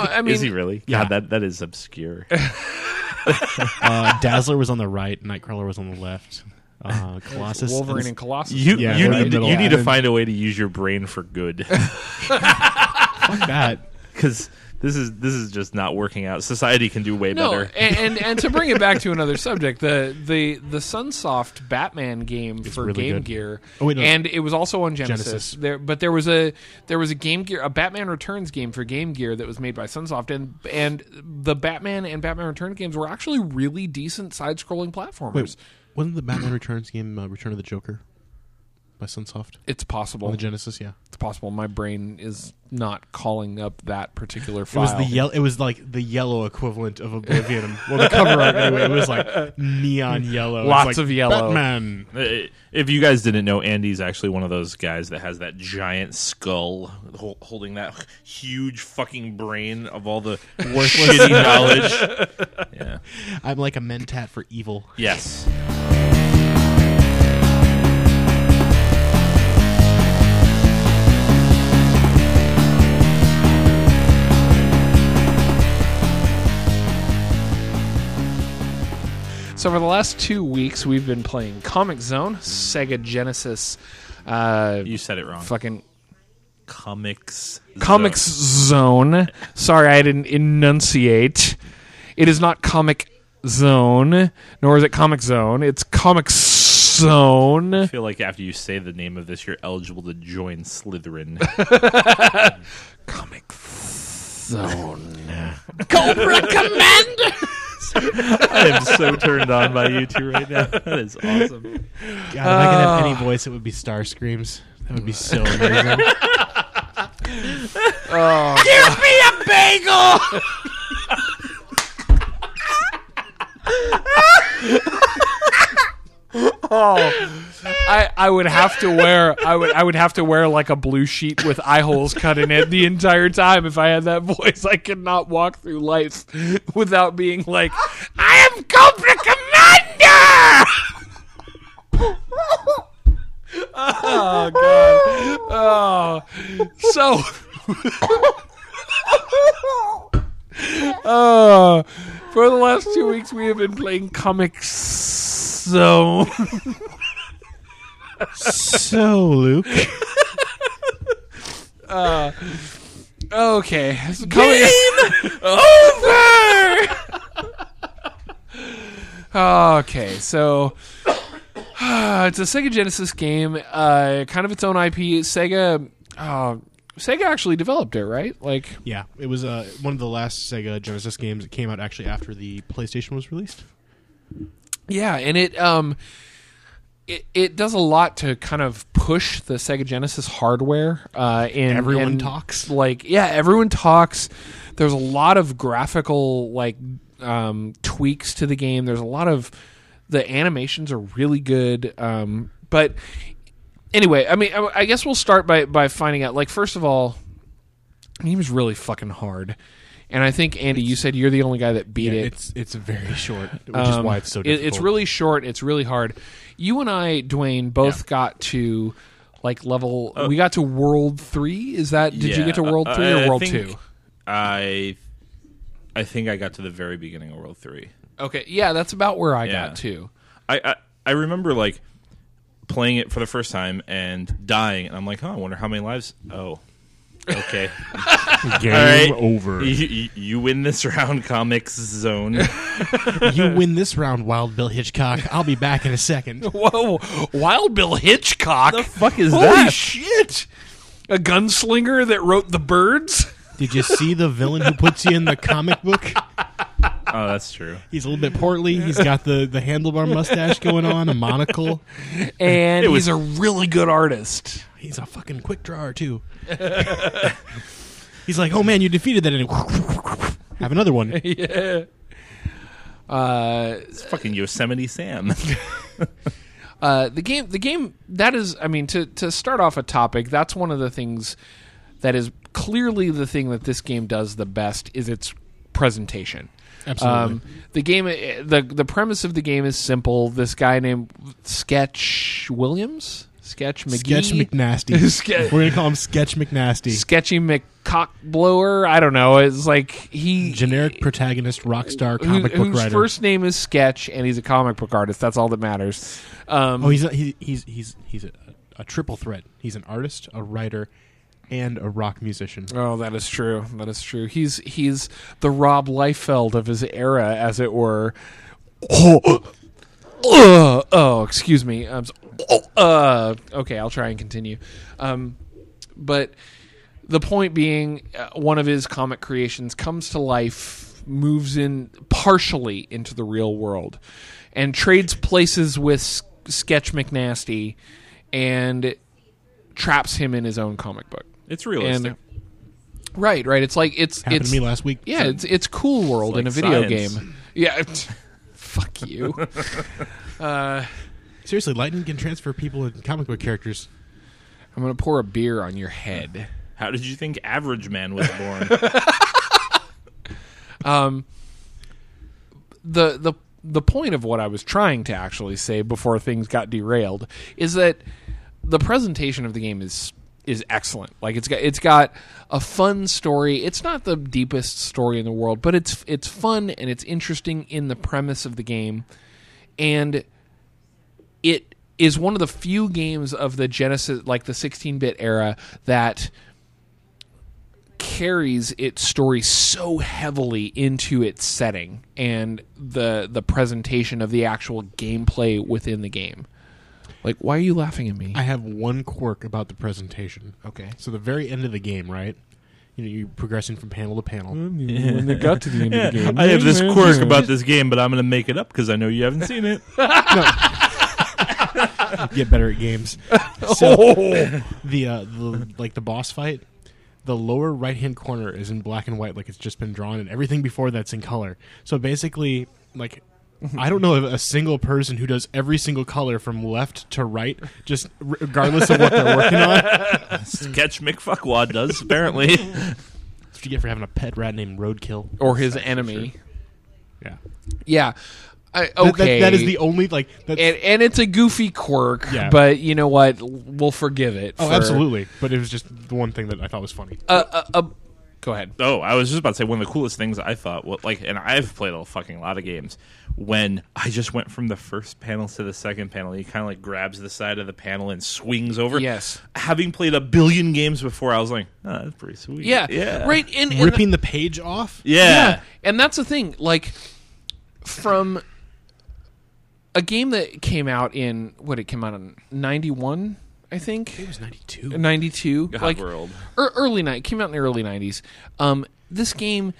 S5: [LAUGHS]
S2: I mean
S7: Is he really?
S5: Yeah.
S7: God, that that is obscure.
S5: Uh, Dazzler was on the right. Nightcrawler was on the left.
S2: [LAUGHS]
S5: Uh, Colossus.
S2: Wolverine and Colossus
S7: [LAUGHS] You
S5: Yeah,
S7: you
S5: they're in
S7: need
S5: the
S7: to,
S5: middle.
S7: you need to
S5: Yeah.
S7: find a way to use your brain
S2: [LAUGHS]
S7: for good. [LAUGHS]
S5: Fuck that.
S7: because this is this is just not working out. Society can do way
S2: no
S7: better.
S2: and, and and to bring it
S5: [LAUGHS]
S2: back to another subject the the the Sunsoft Batman game for
S5: really
S2: Game
S5: good.
S2: Gear
S5: Oh, wait, no.
S2: and it was also on Genesis.
S5: Genesis.
S2: there but there was a there was a Game Gear a Batman Returns game for Game Gear that was made by Sunsoft and and the Batman and Batman Return games were actually really decent side scrolling platformers.
S5: Wait, wasn't the Batman Returns game uh, Return of the Joker by Sunsoft
S2: It's possible.
S5: on the Genesis? Yeah.
S2: It's possible. My brain is not calling up that particular
S5: It
S2: file.
S5: was the yellow. It was like the yellow equivalent of Oblivion. well, the cover art anyway. It was like neon yellow. It's
S2: Lots
S5: like,
S2: of yellow.
S5: Batman.
S7: Uh, If you guys didn't know, Andy's actually one of those guys that has that giant skull hol- holding that huge fucking brain of all the
S2: [LAUGHS]
S7: shitty knowledge. Yeah.
S5: I'm like a mentat for evil.
S7: Yes.
S2: So for the last two weeks, we've been playing Comic Zone, Sega Genesis, uh,
S7: You said it wrong.
S2: fucking
S7: Comics.
S2: Comics
S7: Zone.
S2: Zone. Sorry, I didn't enunciate. It is not Comic Zone, nor is it Comic Zone. It's Comic Zone.
S7: I feel like after you say the name of this, you're eligible to join Slytherin. [LAUGHS]
S2: Comic Zone.
S7: I am so turned on by you two right now. That is
S5: God,
S7: awesome.
S5: if I could have any
S2: Ah.
S5: voice, it would be Star Screams. That would be so
S2: [LAUGHS]
S5: amazing.
S2: I, I would have to wear I would I would have to wear like a blue sheet with eye holes cut in it the entire time if I had that voice. I could not walk through life without being like, I am Cobra Commander. oh god. Oh. So. [LAUGHS] Oh, for the last two weeks, we have been playing comics. So.
S5: so Luke,
S2: Okay. Game over. [LAUGHS] okay, so [SIGHS] it's a Sega Genesis game, uh, kind of its own IP. Sega, uh, Sega actually developed it, right? Like,
S5: yeah, it was uh, one of the last Sega Genesis games. It came out actually after the PlayStation was released.
S2: yeah, and it um, it it does a lot to kind of push the Sega Genesis hardware. Uh, in
S5: Everyone
S2: and,
S5: talks.
S2: like yeah everyone talks there's a lot of graphical like um, tweaks to the game there's a lot of the animations are really good um, but anyway i mean I, I guess we'll start by by finding out like first of all And he was really fucking hard. And I think Andy, you said you're the only guy that beat
S5: Yeah,
S2: it.
S5: It's it's very short, which is
S2: Um,
S5: why it's so.
S2: it-
S5: Difficult.
S2: it's really short. It's really hard. You and I, Dwayne, both got to like level. we got to world three. Is that? Did you
S7: Yeah,
S2: get to world
S7: I-
S2: three
S7: I
S2: or world
S7: think
S2: two?
S7: I, I think I got to the very beginning of World Three.
S2: Okay, yeah, that's about where I
S7: Yeah.
S2: got to.
S7: I, I I remember like playing it for the first time and dying, and I'm like, oh, I wonder how many lives. Oh, [LAUGHS] okay,
S5: game
S7: all right,
S2: [LAUGHS]
S5: over.
S7: You, you- you win this round, Comics [LAUGHS] Zone. Oh,
S5: you win this round, Wild Bill Hitchcock. I'll be back in a second.
S2: Whoa, Wild Bill Hitchcock. The
S7: fuck is
S2: Holy
S7: that?
S2: shit! A gunslinger that wrote The Birds.
S5: Did you see the villain who puts you in the comic book?
S7: oh, that's true.
S5: He's a little bit portly. He's got the the handlebar mustache going on, a monocle.
S2: And
S7: It was-
S2: he's a really good [LAUGHS] artist.
S5: He's a fucking quick drawer too. He's like, oh man, you defeated that. And have another
S2: [LAUGHS]
S5: one.
S2: Uh,
S7: It's fucking Yosemite Sam. [LAUGHS]
S2: uh, the game, the game that is, I mean, to to start off a topic, that's one of the things that is clearly the thing that this game does the best is its presentation.
S5: Absolutely.
S2: the game, eh, the the premise of the game is simple. This guy named Sketch Williams, Sketch McGee,
S5: Sketch
S2: [LAUGHS]
S5: McNasty.
S2: Ske-
S5: We're gonna call him Sketch McNasty.
S2: sketchy McCockblower. I don't know. It's like he
S5: Generic protagonist, rock star,
S2: who-
S5: comic book
S2: whose
S5: writer.
S2: first name is Sketch, and he's a comic book artist. That's all that matters. Um,
S5: oh, he's a, he, he's he's he's a, a triple threat. He's an artist, a writer, and a rock musician.
S2: oh, that is true. That is true. He's he's the Rob Liefeld of his era, as it were. Oh, uh, oh, excuse me. Um, so- oh, uh, okay, I'll try and continue. Um, but the point being, uh, one of his comic creations comes to life, moves in partially into the real world, and trades places with S- Sketch McNasty, and traps him in his own comic book.
S7: It's realistic.
S2: And- right, right. It's like it's
S5: Happened
S2: it's
S5: to me last week.
S2: yeah, it's it's Cool World in a
S7: like
S2: video
S7: science.
S2: game. Yeah, [LAUGHS] fuck you.
S5: Seriously, lightning can transfer people and comic book characters.
S2: I'm gonna pour a beer on your head.
S7: How did you think Average Man was [LAUGHS] born?
S2: the the the point of what I was trying to actually say before things got derailed is that the presentation of the game is is excellent. Like it's got it's got a fun story. It's not the deepest story in the world, but it's it's fun and it's interesting in the premise of the game. And it is one of the few games of the Genesis like the 16-bit era that carries its story so heavily into its setting and the the presentation of the actual gameplay within the game. Like, why are you laughing at me?
S5: I have one quirk about the presentation.
S2: okay.
S5: So the very end of the game, right? You know, you're progressing from panel to panel.
S2: Mm, When they got to the end of the game,
S7: I have this quirk about this game, but I'm going to make it up because I know you haven't seen it. [LAUGHS]
S5: Get better at
S2: [LAUGHS]
S5: games.
S2: Oh.
S5: So the uh, the like the boss fight, the lower right hand corner is in black and white, like it's just been drawn, and everything before that's in color. So basically, like. I don't know of a single person who does every single color from left to right, just r- regardless of what they're working
S2: [LAUGHS]
S5: on. That's
S7: Sketch McFuckwad does, apparently. [LAUGHS]
S5: what you get for having a pet rat named Roadkill.
S2: or his enemy.
S5: Yeah.
S2: Yeah. I,
S5: That- that-
S2: okay.
S5: that is the only like. That's,
S2: and, and it's a goofy quirk,
S5: Yeah.
S2: but you know what? L- We'll forgive it.
S5: oh,
S2: for-
S5: absolutely. But it was just the one thing that I thought was funny.
S2: Uh, uh, uh, go ahead.
S7: Oh, I was just about to say one of the coolest things I thought. Well, like, and I've played a fucking lot of games. When I just went from the first panel to the second panel, he kind of like grabs the side of the panel and swings over.
S2: Yes.
S7: Having played a billion games before, I was like, oh, that's pretty sweet.
S2: Yeah.
S7: yeah,
S2: Right. And, and
S5: Ripping the page off.
S7: yeah.
S2: And that's the thing, like from a game that came out in what it came out in 91, I think. It was
S5: 92.
S2: 92.
S7: God
S2: like
S7: world.
S2: ear- early night came out in the early 90s. Um this game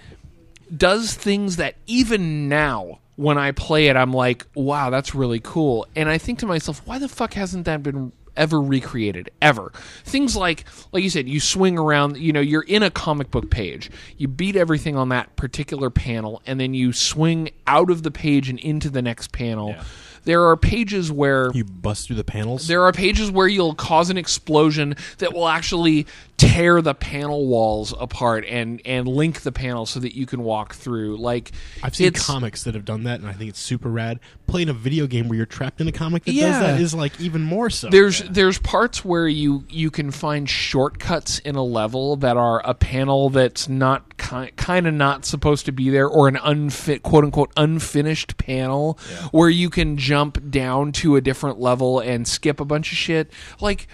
S2: does things that even now when I play it I'm like, "Wow, that's really cool." And I think to myself, "Why the fuck hasn't that been ever recreated ever?" Things like like you said, you swing around, you know, you're in a comic book page. You beat everything on that particular panel and then you swing out of the page and into the next panel. There are pages where
S5: You bust through the panels.
S2: there are pages where you'll cause an explosion that will actually tear the panel walls apart and and link the panel so that you can walk through. Like
S5: I've seen
S2: it's-
S5: comics that have done that, and I think it's super rad. Playing a video game where you're trapped in a comic that
S2: Yeah.
S5: does that is like even more so.
S2: There's there's parts where you you can find shortcuts in a level that are a panel that's not ki- kind of not supposed to be there or an unfit quote unquote unfinished panel where you can jump down to a different level and skip a bunch of shit like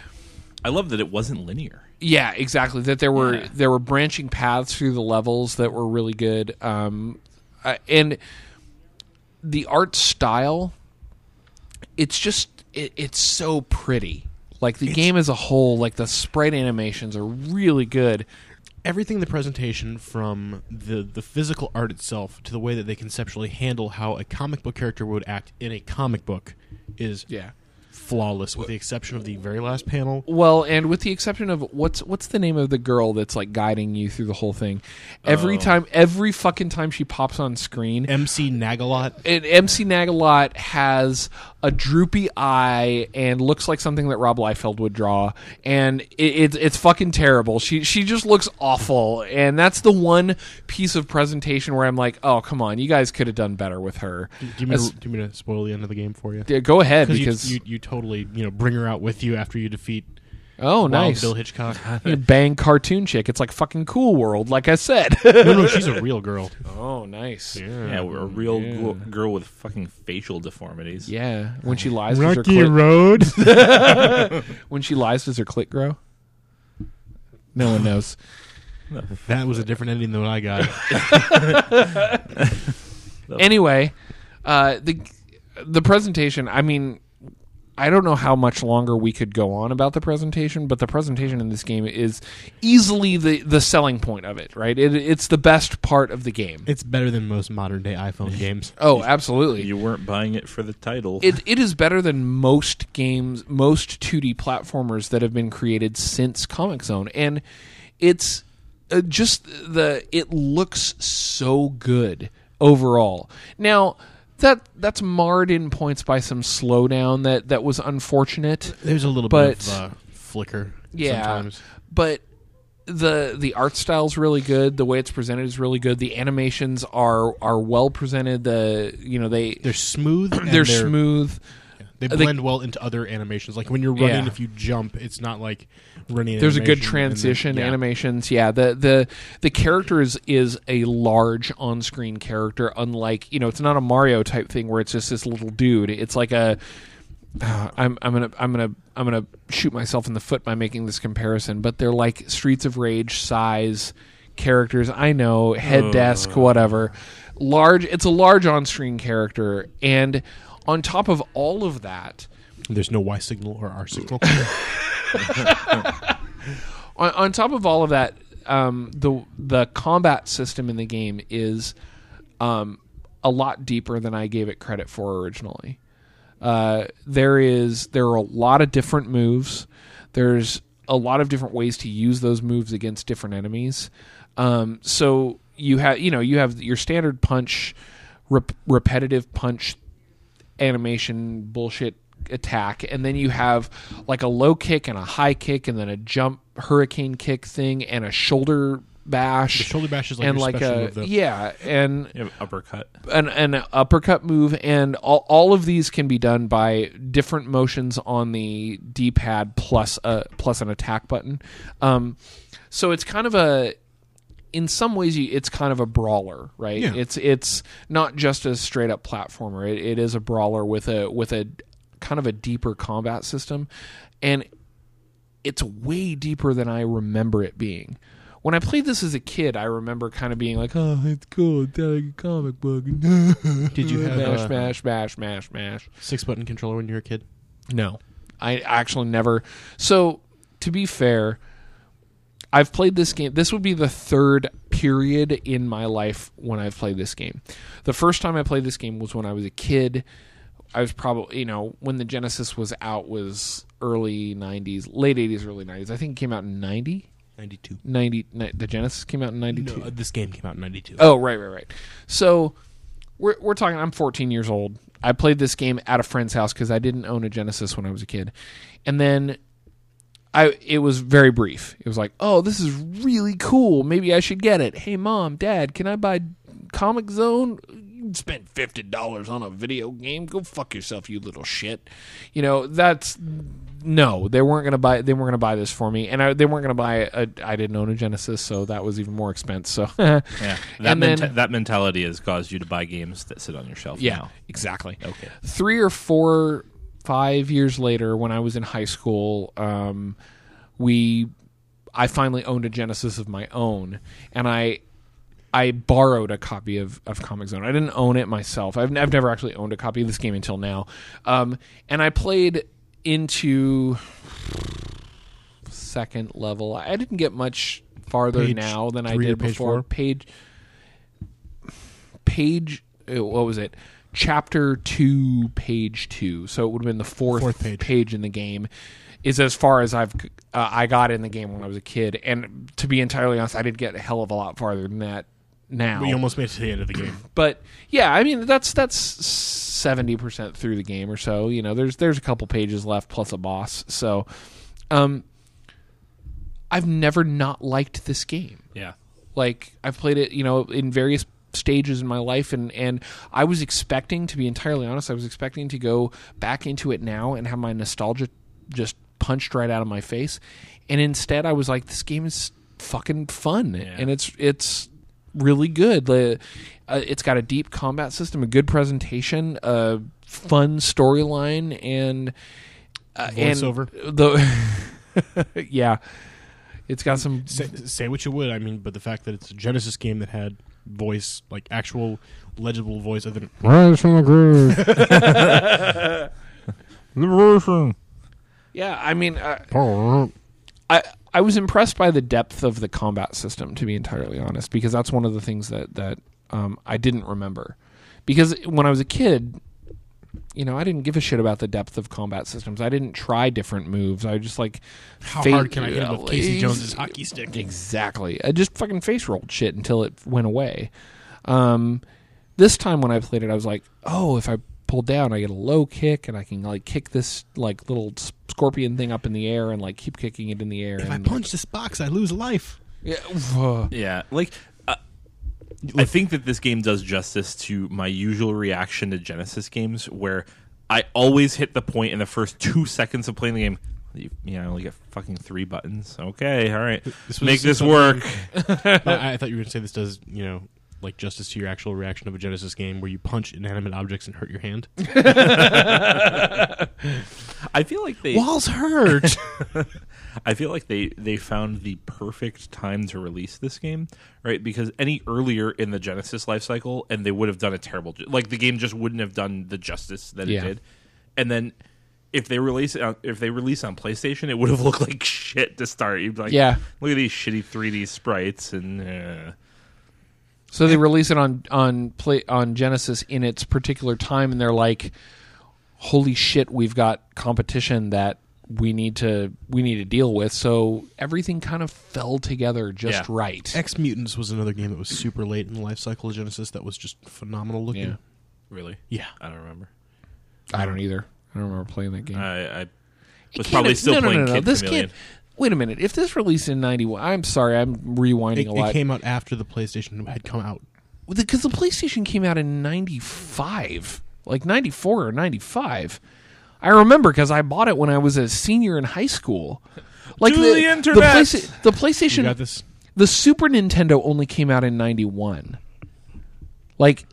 S7: I love that it wasn't linear.
S2: yeah, exactly. That there were
S7: Yeah.
S2: there were branching paths through the levels that were really good, um, uh, and the art style. It's just it, it's so pretty. Like the game as a whole, like the sprite animations are really good.
S5: everything in the presentation from the the physical art itself to the way that they conceptually handle how a comic book character would act in a comic book is flawless with the exception of the very last panel
S2: Well, and with the exception of what's what's the name of the girl that's like guiding you through the whole thing? Every time, every fucking time she pops on screen,
S5: MC Nagalot
S2: and MC Nagalot has a droopy eye and looks like something that Rob Liefeld would draw, and it, it's it's fucking terrible. She she just looks awful, and that's the one piece of presentation where I'm like, oh come on, you guys could have done better with her.
S5: do you, mean
S2: As-
S5: to, do you mean to spoil the end of the game for you
S2: Yeah, Go ahead
S5: you,
S2: because
S5: you, you totally you know bring her out with you after you defeat
S2: oh
S5: Wild
S2: nice.
S5: Bill Hitchcock [LAUGHS]
S2: You bang cartoon chick. It's like fucking Cool World, like
S5: [LAUGHS]
S2: I said.
S5: no no she's a real girl
S2: oh, nice. Mm-hmm. Yeah.
S7: Yeah, we're a real gl- girl with fucking facial deformities.
S2: When she lies, does her clit,
S5: Road
S2: [LAUGHS] when she lies, does her clit grow? No one knows.
S5: [LAUGHS] that was a different ending than what I [LAUGHS] got
S2: anyway, uh, the the presentation. I mean, I don't know how much longer we could go on about the presentation, but the presentation in this game is easily the the selling point of it. Right? It, it's the best part of the game.
S5: it's better than most modern day iPhone games
S2: oh, absolutely.
S7: You weren't buying it for the title.
S2: it, it is better than most games, most 2D platformers that have been created since Comic Zone, and it's uh, just the it looks so good overall. Now that that's marred in points by some slowdown that that was unfortunate.
S5: there's a little
S2: But-
S5: bit of uh, flicker
S2: Yeah,
S5: sometimes
S2: but the the art style's really good. The way it's presented is really good. The animations are are well presented. The you know they
S5: they're [CLEARS THROAT] smooth. and
S2: they're smooth.
S5: They
S2: they-
S5: blend well into other animations. Like when you're running,
S2: Yeah.
S5: if you jump, it's not like running.
S2: there's a
S5: animation
S2: good
S5: and then-
S2: transition
S5: yeah.
S2: animations yeah the the the character is is a large on-screen character unlike you know it's not a mario type thing where it's just this little dude it's like a uh, I'm I'm gonna I'm gonna I'm gonna shoot myself in the foot by making this comparison, but they're like Streets of Rage size characters. I know head desk, whatever. Large. It's a large on-screen character, and on top of all of that,
S5: There's no Y signal or R [LAUGHS] signal.
S2: on, on top of all of that, um, the the combat system in the game is um, a lot deeper than I gave it credit for originally. Uh, there is there are a lot of different moves. There's a lot of different ways to use those moves against different enemies. Um, so you have you know you have your standard punch, rep- repetitive punch animation bullshit attack and then you have like a low kick and a high kick and then a jump hurricane kick thing and a shoulder bash
S5: The shoulder bash is like
S2: and
S5: your
S2: like
S5: special
S2: a
S5: move, though.
S2: yeah and
S7: You have uppercut.
S2: an, an uppercut move, and all, all of these can be done by different motions on the D-pad plus a plus an attack button. Um, so it's kind of a, in some ways, you, it's kind of a brawler, right?
S5: Yeah.
S2: It's it's not just a straight up platformer. It, it is a brawler with a with a kind of a deeper combat system, and it's way deeper than I remember it being. When I played this as a kid, I remember kind of being like, "Oh, it's cool, it's like a comic book."
S5: Did you have
S2: mash,
S5: a
S2: mash, mash, mash, mash?
S5: six button controller when you were a kid?
S2: No, I actually never. So, to be fair, I've played this game. This would be the third period in my life when I've played this game. The first time I played this game was when I was a kid. I was probably, you know, when the Genesis was out was early 90s, late 80s, early 90s. I think it came out in 90.
S5: Ninety two.
S2: 90 ni- the Genesis came out in 92.
S5: No, uh, this game came out in ninety two.
S2: Oh, right, right, right. So we're we're talking. I'm 14 years old. I played this game at a friend's house because I didn't own a Genesis when I was a kid, and then I it was very brief. It was like, oh, this is really cool. Maybe I should get it. Hey, mom, dad, can I buy Comic Zone? You spent fifty dollars on a video game. Go fuck yourself, you little shit. You know that's no. They weren't gonna buy. They weren't gonna buy this for me, and I, they weren't gonna buy. A, I didn't own a Genesis, so that was even more expense. So [LAUGHS]
S7: Yeah, that
S2: And then-
S7: menta- that mentality has caused you to buy games that sit on your shelf
S2: yeah,
S7: now.
S2: exactly.
S7: Okay.
S2: Three or four, five years later, when I was in high school, um, we, I finally owned a Genesis of my own, and I, I borrowed a copy of of Comic Zone. I didn't own it myself. I've, I've never actually owned a copy of this game until now, um, and I played into second level. I didn't get much farther
S5: Page
S2: now than I
S5: three or
S2: did
S5: page
S2: before.
S5: four?
S2: Page page uh, what was it chapter 2 page 2 so it would have been the fourth,
S5: Fourth page.
S2: in the game is as far as i've uh, i got in the game when i was a kid and to be entirely honest i did get a hell of a lot farther than that now
S5: We almost made it to the end of the game.
S2: but yeah, I mean that's that's seventy percent through the game or so. You know, there's there's a couple pages left plus a boss. So, um, I've never not liked this game.
S7: Yeah.
S2: Like I've played it, you know, in various stages in my life, and and I was expecting, to be entirely honest, I was expecting to go back into it now and have my nostalgia just punched right out of my face, and instead I was like, this game is fucking fun, and it's it's really good. The- uh, it's got a deep combat system, a good presentation, a fun storyline, and uh, and
S5: Voiceover.
S2: The yeah, it's got some
S5: Say, say what you would, I mean, but the fact that it's a Genesis game that had voice, like actual legible voice, other than
S1: Rise from the groove.
S7: Liberation.
S2: yeah. I mean, uh,
S1: Power up.
S2: I I was impressed by the depth of the combat system, to be entirely honest, because that's one of the things that that um, I didn't remember. Because when I was a kid, you know, I didn't give a shit about the depth of combat systems. I didn't try different moves. I just like
S5: how
S2: fa-
S5: hard can I hit him with Casey
S2: Ex-
S5: Jones's hockey stick?
S2: Exactly. I just fucking face rolled shit until it went away. Um, this time when I played it, I was like, oh, if I pull down, I get a low kick, and I can like kick this like little s- scorpion thing up in the air and like keep kicking it in the air.
S5: If I
S2: and,
S5: punch this box, I lose life.
S2: Yeah, ugh.
S7: Yeah, like uh, I think that this game does justice to my usual reaction to Genesis games, where I always hit the point in the first two seconds of playing the game. You, you know, I only get fucking three buttons. Okay, all right,
S5: This was
S7: make this
S5: something-
S7: work.
S5: [LAUGHS] [LAUGHS]
S7: [LAUGHS]
S5: I, I thought you were going to say this does, you know, like justice to your actual reaction of a Genesis game where you punch inanimate objects and hurt your hand.
S7: I feel like
S5: [LAUGHS]
S7: they
S5: Walls [LAUGHS] hurt.
S7: I feel like they they found the perfect time to release this game, right? Because any earlier in the Genesis life cycle, and they would have done a terrible ju- like the game just wouldn't have done the justice that
S2: Yeah.
S7: it did. And then if they release it on, if they release on PlayStation, it would have [LAUGHS] looked like shit to start. You'd be like,
S2: Yeah.
S7: look at these shitty 3D sprites, and uh,
S2: [LAUGHS] So they release it on on play on Genesis in its particular time, and they're like, "Holy shit, we've got competition that we need to we need to deal with." So everything kind of fell together just
S7: Yeah.
S2: right.
S5: X Mutants was another game that was super late in the life cycle of Genesis that was just phenomenal looking.
S2: Yeah.
S7: really,
S5: Yeah.
S7: I don't remember.
S2: I don't either. I don't remember playing that game.
S7: I, I
S2: It
S7: was
S2: can't-
S7: probably still
S2: no, no,
S7: playing
S2: no, no.
S7: Kid
S2: this
S7: Chameleon.
S2: can't. Wait a minute. If this released in '91, I'm sorry, I'm rewinding
S5: It,
S2: a
S5: it
S2: lot.
S5: came out after the PlayStation had come out.
S2: because the PlayStation came out in '95, like '94 or '95. I remember because I bought it when I was a senior in high
S7: [LAUGHS]
S2: school. Like
S7: To the internet!
S2: Playsta- the
S5: You
S2: PlayStation,
S5: got this?
S2: the Super Nintendo only came out in '91. Like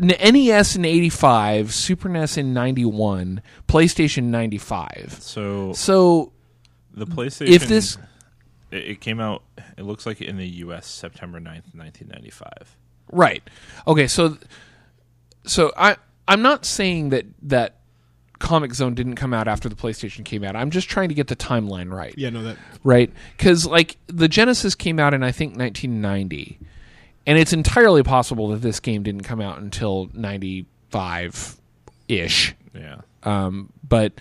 S2: n- NES in '85, Super NES in '91, PlayStation '95.
S7: So
S2: So
S7: the
S5: Mm.
S7: PlayStation,
S2: if this
S7: it, it came out, it looks like in the U.S. September 9th, nineteen ninety five.
S2: Right. Okay. So, so I I'm not saying that that Comic Zone didn't come out after the PlayStation came out. I'm just trying to get the timeline right.
S5: Yeah, no, that
S2: Right. Because like the Genesis came out in I think 1990, and it's entirely possible that this game didn't come out until 95 ish.
S7: Yeah.
S2: Um, but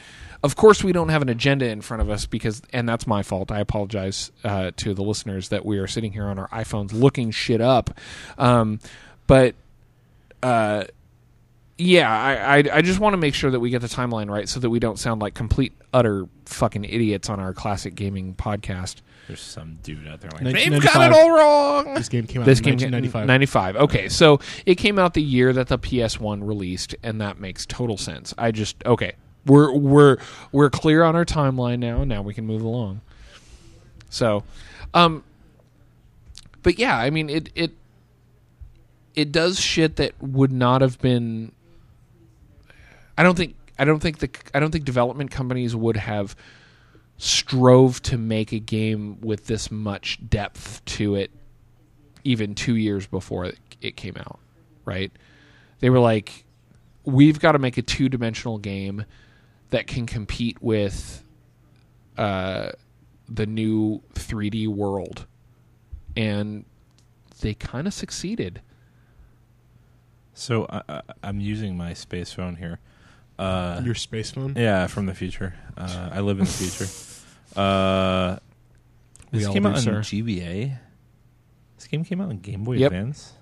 S2: of course, we don't have an agenda in front of us because, and that's my fault. I apologize uh, to the listeners that we are sitting here on our iPhones looking shit up. Um, but uh, yeah, I, I I just want to make sure that we get the timeline right so that we don't sound like complete utter fucking idiots on our classic gaming podcast.
S7: There's some dude out there like,
S2: They've got it
S5: 1995.
S2: all wrong.
S5: This game came out
S2: This
S5: in
S2: game
S5: 1995.
S2: 95. Okay, so it came out the year that the PS1 released, and that makes total sense. I just okay, we're we're we're clear on our timeline now. Now we can move along. So, um, but yeah, I mean it it it does shit that would not have been. I don't think I don't think the I don't think development companies would have strove to make a game with this much depth to it even two years before it, it came out, right? They were like, we've got to make a two dimensional game that can compete with uh, the new 3D world. And they kind of succeeded.
S7: So I, I, I'm using my space phone here. Uh,
S5: Your space phone.
S7: yeah, from the future. Uh, I live in
S2: [LAUGHS]
S7: the future. Uh,
S5: We
S7: this
S5: all
S7: came
S5: do,
S7: out
S5: sir.
S7: on GBA. This game came out on Game Boy
S2: Yep.
S7: Advance.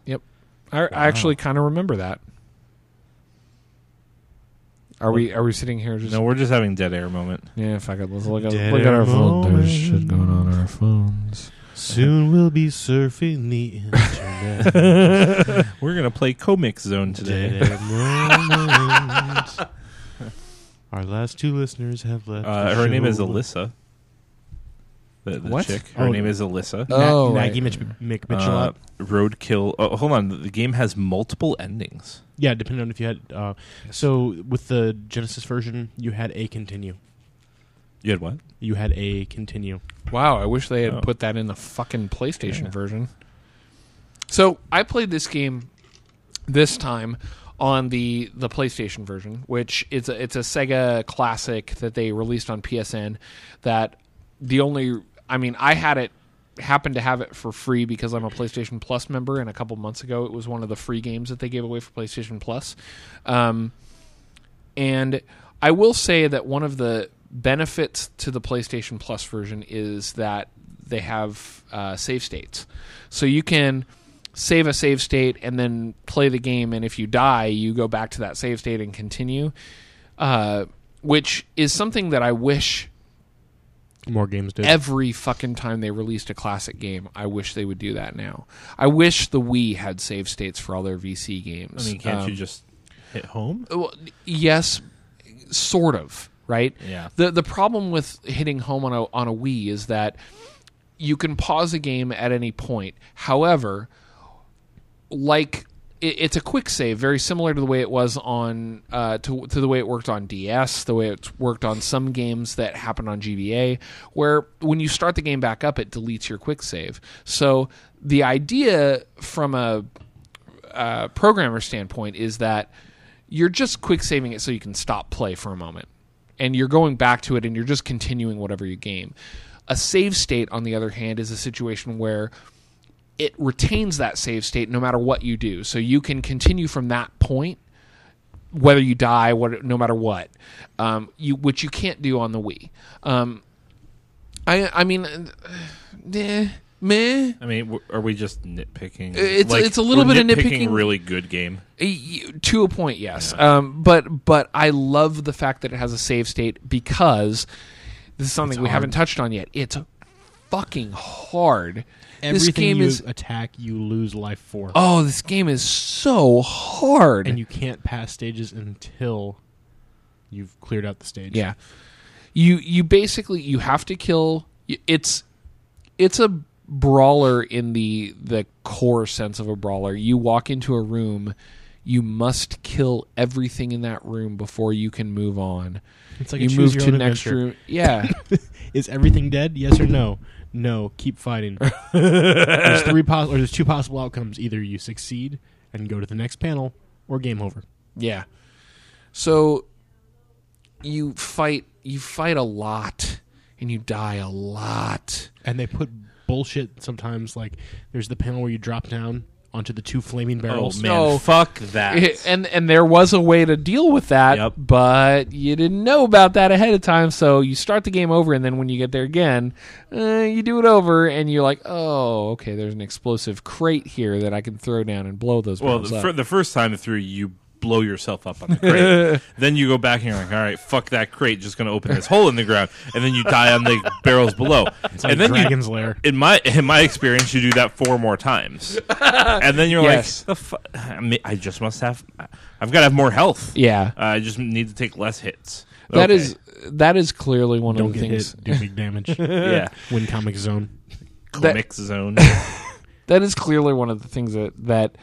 S2: I, I actually kind of remember that. Are we are we sitting here just
S7: No, we're just having dead air
S2: [LAUGHS]
S7: moment.
S2: yeah fuck it let's look at
S5: Dead
S2: look at
S5: air
S2: our phones
S5: moment.
S2: there's shit going on our phones
S5: Soon we'll be surfing the
S7: [LAUGHS]
S5: internet.
S7: We're gonna play Comix Zone today.
S5: Dead moment. Our last two listeners have left.
S7: Uh,
S5: the
S7: her name
S5: show.
S7: is Alyssa. The, the
S2: What?
S7: chick. Her
S5: Oh.
S7: name is Alyssa.
S5: Na-
S2: Oh,
S5: Nagy
S2: right.
S5: Mitch- Mick Mitchell.
S7: Uh, roadkill. Oh, hold on. The game has multiple endings.
S5: yeah, depending on if you had. Uh, so with the Genesis version, you had a continue.
S7: You had what?
S5: You had a continue.
S2: Wow, I wish they had
S7: Oh.
S2: put that in the fucking PlayStation
S7: Yeah.
S2: version. So I played this game this time on the the PlayStation version, which it's a, it's a Sega classic that they released on PSN. That the only I mean I had it happened to have it for free because I'm a PlayStation Plus member, and a couple months ago it was one of the free games that they gave away for PlayStation Plus. Um, and I will say that one of the benefits to the PlayStation Plus version is that they have uh, save states. So you can save a save state and then play the game, and if you die, you go back to that save state and continue, uh, which is something that I wish
S5: More games did.
S2: every fucking time they released a classic game, I wish they would do that now. I wish the Wii had save states for all their VC
S7: I
S2: games.
S7: mean, can't
S2: Um, oh.
S7: you just hit home?
S2: well, yes, sort of, right?
S7: Yeah.
S2: The the problem with hitting home on a on a Wii is that you can pause a game at any point. However, like it, it's a quick save, very similar to the way it was on uh, to to the way it worked on DS, the way it's worked on some games that happened on GBA, where when you start the game back up, it deletes your quick save. So the idea from a uh, programmer standpoint is that you're just quick saving it so you can stop play for a moment and you're going back to it and you're just continuing whatever you game a save state on the other hand is a situation where it retains that save state no matter what you do so you can continue from that point whether you die what no matter what um, you which you can't do on the Wii um, I I mean [SIGHS] uh, eh, meh
S7: I mean, w- are we just nitpicking?
S2: It's- it's a little
S7: we're
S2: bit of nitpicking.
S7: Really good game.
S2: Y- to a point yes um, but but i love the fact that it has a save state because this is something we haven't touched on yet it's fucking hard this
S5: Everything
S2: game
S5: you
S2: is
S5: attack, you lose life for,
S2: oh this game is so hard
S5: and you can't pass stages until you've cleared out the stage.
S2: yeah you you basically you have to kill y- it's it's a brawler in the the core sense of a brawler you walk into a room you must kill everything in that room before you can move on
S5: it's like a
S2: you
S5: choose
S2: move
S5: your
S2: to
S5: own
S2: next
S5: adventure.
S2: room
S5: [LAUGHS]
S2: yeah
S5: Is everything dead? Yes or no? No. Keep fighting. there's
S7: [LAUGHS]
S5: three pos- or there's two possible outcomes. Either you succeed and go to the next panel, or game over.
S2: Yeah. So you fight you fight a lot and you die a lot.
S5: And they put bullshit sometimes. Like there's the panel where you drop down onto the two flaming
S7: Oh
S5: barrels.
S7: man,
S2: [LAUGHS] No.
S7: fuck that.
S2: and and there was a way to deal with that,
S7: Yep.
S2: but you didn't know about that ahead of time, so you start the game over and then when you get there again, uh, you do it over and you're like, "Oh, okay, there's an explosive crate here that I can throw down and blow those
S7: well,
S2: balls
S7: the,
S2: up."
S7: fir- the first time through, you blow yourself up on
S2: [LAUGHS]
S7: the crate. then you go back and you're like, all right, fuck that crate, just gonna open this hole in the ground, and then you die on the barrels below. and then you
S5: Dragon's
S7: [LAUGHS]
S5: Lair.
S7: in my in my experience, you do that four
S2: [LAUGHS]
S7: more times, and then you're
S2: Yes.
S7: like, the fu- I, mean, I just must have, I've got to have more health.
S2: Yeah.
S5: Uh,
S7: I just need to take less hits.
S2: That
S7: Okay.
S2: is that is clearly one
S5: Don't
S2: of the
S5: get
S2: things
S5: hit. Do big
S7: [LAUGHS]
S5: damage.
S2: [LAUGHS]
S7: yeah,
S5: Win Comic Zone.
S7: comic zone.
S2: that is clearly one of the things that that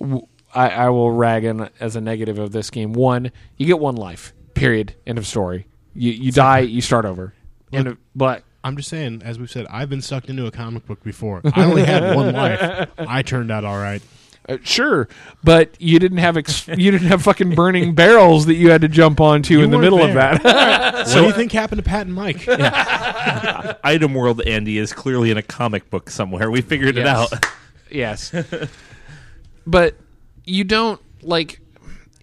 S2: w- I, I will rag on as a negative of this game. One, you get one life. Period. End of story. You you die. You start over. End of, but
S5: I'm just saying, as we've said, I've been sucked into a comic book before. I only had
S7: [LAUGHS]
S5: one life. I turned out all right.
S2: uh, sure, but you didn't have [LAUGHS] ex- you didn't have fucking burning barrels that you had to jump onto in the
S5: weren't
S2: middle
S5: there.
S2: of that.
S5: what do you think happened to Pat and Mike?
S7: Item World Andy is clearly in a comic book somewhere. We figured
S2: Yes.
S7: it out.
S2: yes, but you don't like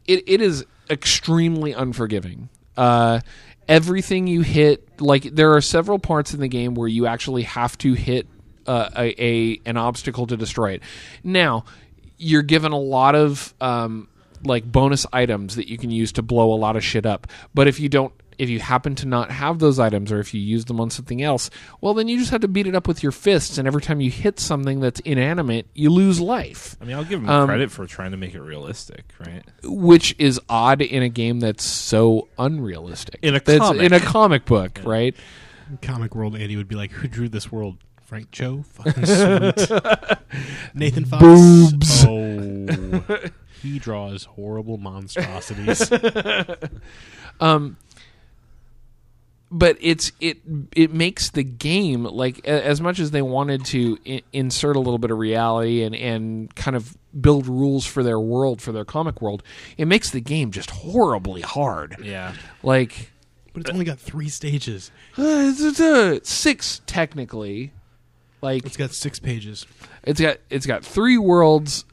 S2: it. It is extremely unforgiving. Uh, everything you hit, like there are several parts in the game where you actually have to hit uh, a, a an obstacle to destroy it. Now you're given a lot of um, like bonus items that you can use to blow a lot of shit up. But if you don't. If you happen to not have those items, or if you use them on something else, well, then you just have to beat it up with your fists. And every time you hit something that's inanimate, you lose life
S7: I mean, I'll give him
S2: Um,
S7: credit for trying to make it realistic, right?
S2: which is odd in a game that's so unrealistic
S7: In a
S2: That's-
S7: comic.
S2: in a comic book, right?
S5: comic world, Andy would be like, "Who drew this world? Frank Cho, fucking sweet. Nathan Fox,
S2: Boobs.
S5: Oh, he draws horrible [LAUGHS] monstrosities.
S2: But it's it it makes the game like a- as much as they wanted to I- insert a little bit of reality and and kind of build rules for their world for their comic world, it makes the game just horribly hard.
S7: Yeah.
S2: Like [SIGHS]
S5: but it's only got three stages.
S2: six technically, like
S5: It's got six pages.
S2: It's got it's got three worlds,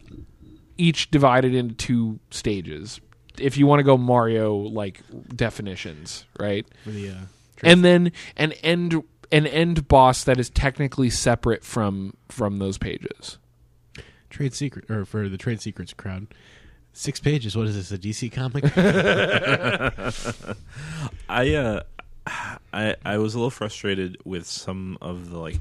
S2: each divided into two stages. If you want to go Mario like definitions, right?
S5: For the, uh, tr-
S2: And then an end an end boss that is technically separate from from those pages.
S5: trade secret, or for the trade secrets crowd, six pages. What is this? A DC comic?
S7: I uh [SIGHS] I I was a little frustrated with some of the like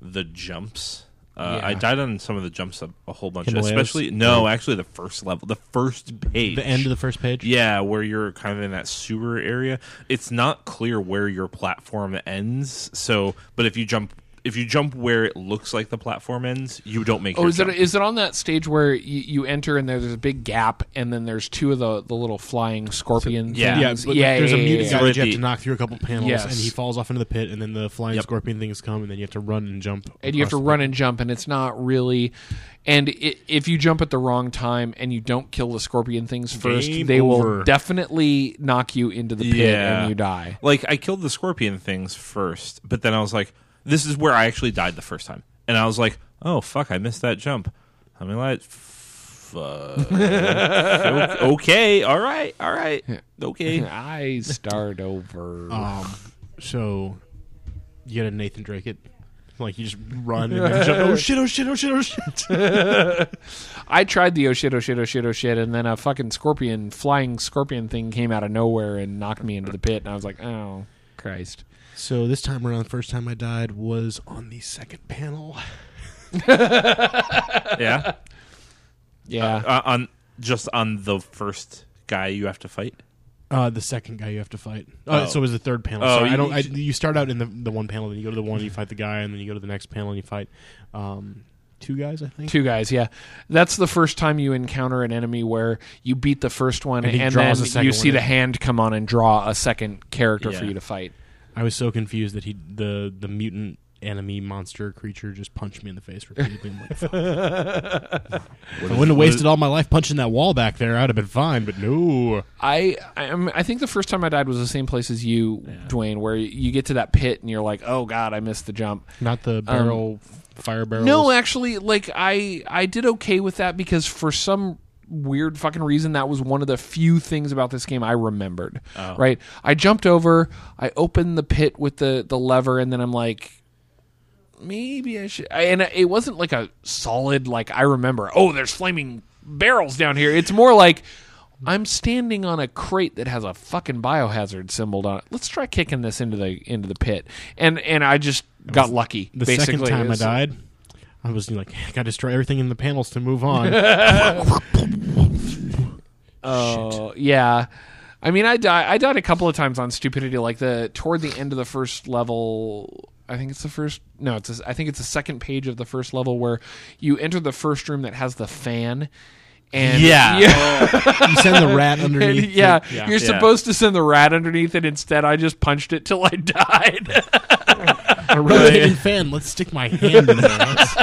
S7: the jumps. Uh, I
S2: Yeah.
S7: died on some of the jumps a, a whole bunch,
S5: Himalayas?
S7: especially no, actually the first level, the first page,
S5: the end of the first page.
S7: yeah, where you're kind of in that sewer area. It's not clear where your platform ends. So, but if you jump, if you jump where it looks like the platform ends, you don't make.
S2: Oh,
S7: your
S2: is it
S7: jump.
S2: is it on that stage where you, you enter and there's a big gap and then there's two of the the little flying scorpion
S7: Yeah.
S5: Yeah,
S2: things?
S5: but there's a mutant
S7: yeah.
S5: guy that you
S7: Really-
S5: have to knock through a couple panels,
S2: Yes.
S5: and he falls off into the pit, and then the flying
S7: Yep.
S5: scorpion things come, and then you have to run and jump.
S2: and you have to
S5: across the-
S2: run and jump and it's not really and i if you jump at the wrong time and you don't kill the scorpion things first
S7: Game
S2: they will
S7: over.
S2: definitely knock you into the pit
S7: Yeah.
S2: and you die
S7: Like I killed the scorpion things first, but then I was like, this is where I actually died the first time, and I was like, oh fuck, I missed that jump. I mean, like, fuck. [LAUGHS] okay, all right, all right, okay.
S2: i start over
S7: Uh.
S5: Um, so you gotta Nathan Drake it. Like you just run and
S7: [LAUGHS]
S5: then jump. Oh shit! Oh shit! Oh shit! Oh shit!
S2: i tried the oh shit oh shit oh shit oh shit and then a fucking scorpion flying scorpion thing came out of nowhere and knocked me into the pit and i was like oh christ
S5: so this time around, the first time I died was on the second panel.
S7: yeah,
S2: yeah
S7: uh, on just on the first guy you have to fight.
S5: Uh, the second guy you have to fight. Uh,
S7: Oh.
S5: So it was the third panel.
S7: Oh,
S5: so
S7: you-
S5: I don't. I, you start out in the, the one panel, then you go to the one, you fight the guy, and then you go to the next panel and you fight um, two guys. I think.
S2: Two guys, yeah. That's the first time you encounter an enemy where you beat the first one
S5: And
S2: and,
S5: he draws a
S2: then
S5: second
S2: you see
S5: one
S2: the
S5: in.
S2: hand come on and draw a second character for
S7: Yeah.
S2: you to fight.
S5: I was so confused that he the the mutant enemy monster creature just punched me in the face repeatedly. I'm [LAUGHS] like, "Fuck." If I wouldn't have wasted all my life punching that wall back there. I'd have been fine, but no.
S2: I I'm, I think the first time I died was the same place as you, Dwayne, where you get to that pit and you're like, "Oh god, I missed the jump."
S5: Not the barrel fire barrel.
S2: No, actually, like I I did okay with that because for some weird fucking reason that was one of the few things about this game I remembered.
S5: Oh.
S2: Right? I jumped over, I opened the pit with the the lever and then I'm like maybe I should I, and it wasn't like a solid like I remember, oh, there's flaming barrels down here. It's more like I'm standing on a crate that has a fucking biohazard symbol on it. Let's try kicking this into the into the pit. And and I just got lucky.
S5: The second
S2: basically,
S5: time I
S2: It's-
S5: died, I was like, I gotta destroy everything in the panels to move
S2: [LAUGHS]
S5: on.
S2: Oh yeah. I mean, I die. I died a couple of times on stupidity. Like the toward the end of the first level, I think it's the first. No, it's. A, I think it's the second page of the first level where you enter the first room that has the fan. And [LAUGHS]
S7: Yeah.
S5: you send the rat
S2: And,
S5: underneath.
S2: yeah, you're
S7: Yeah.
S2: supposed to send the rat underneath it. Instead, I just punched it till I [LAUGHS] died.
S5: a [LAUGHS] rotating fan. Let's stick my hand in there. That's,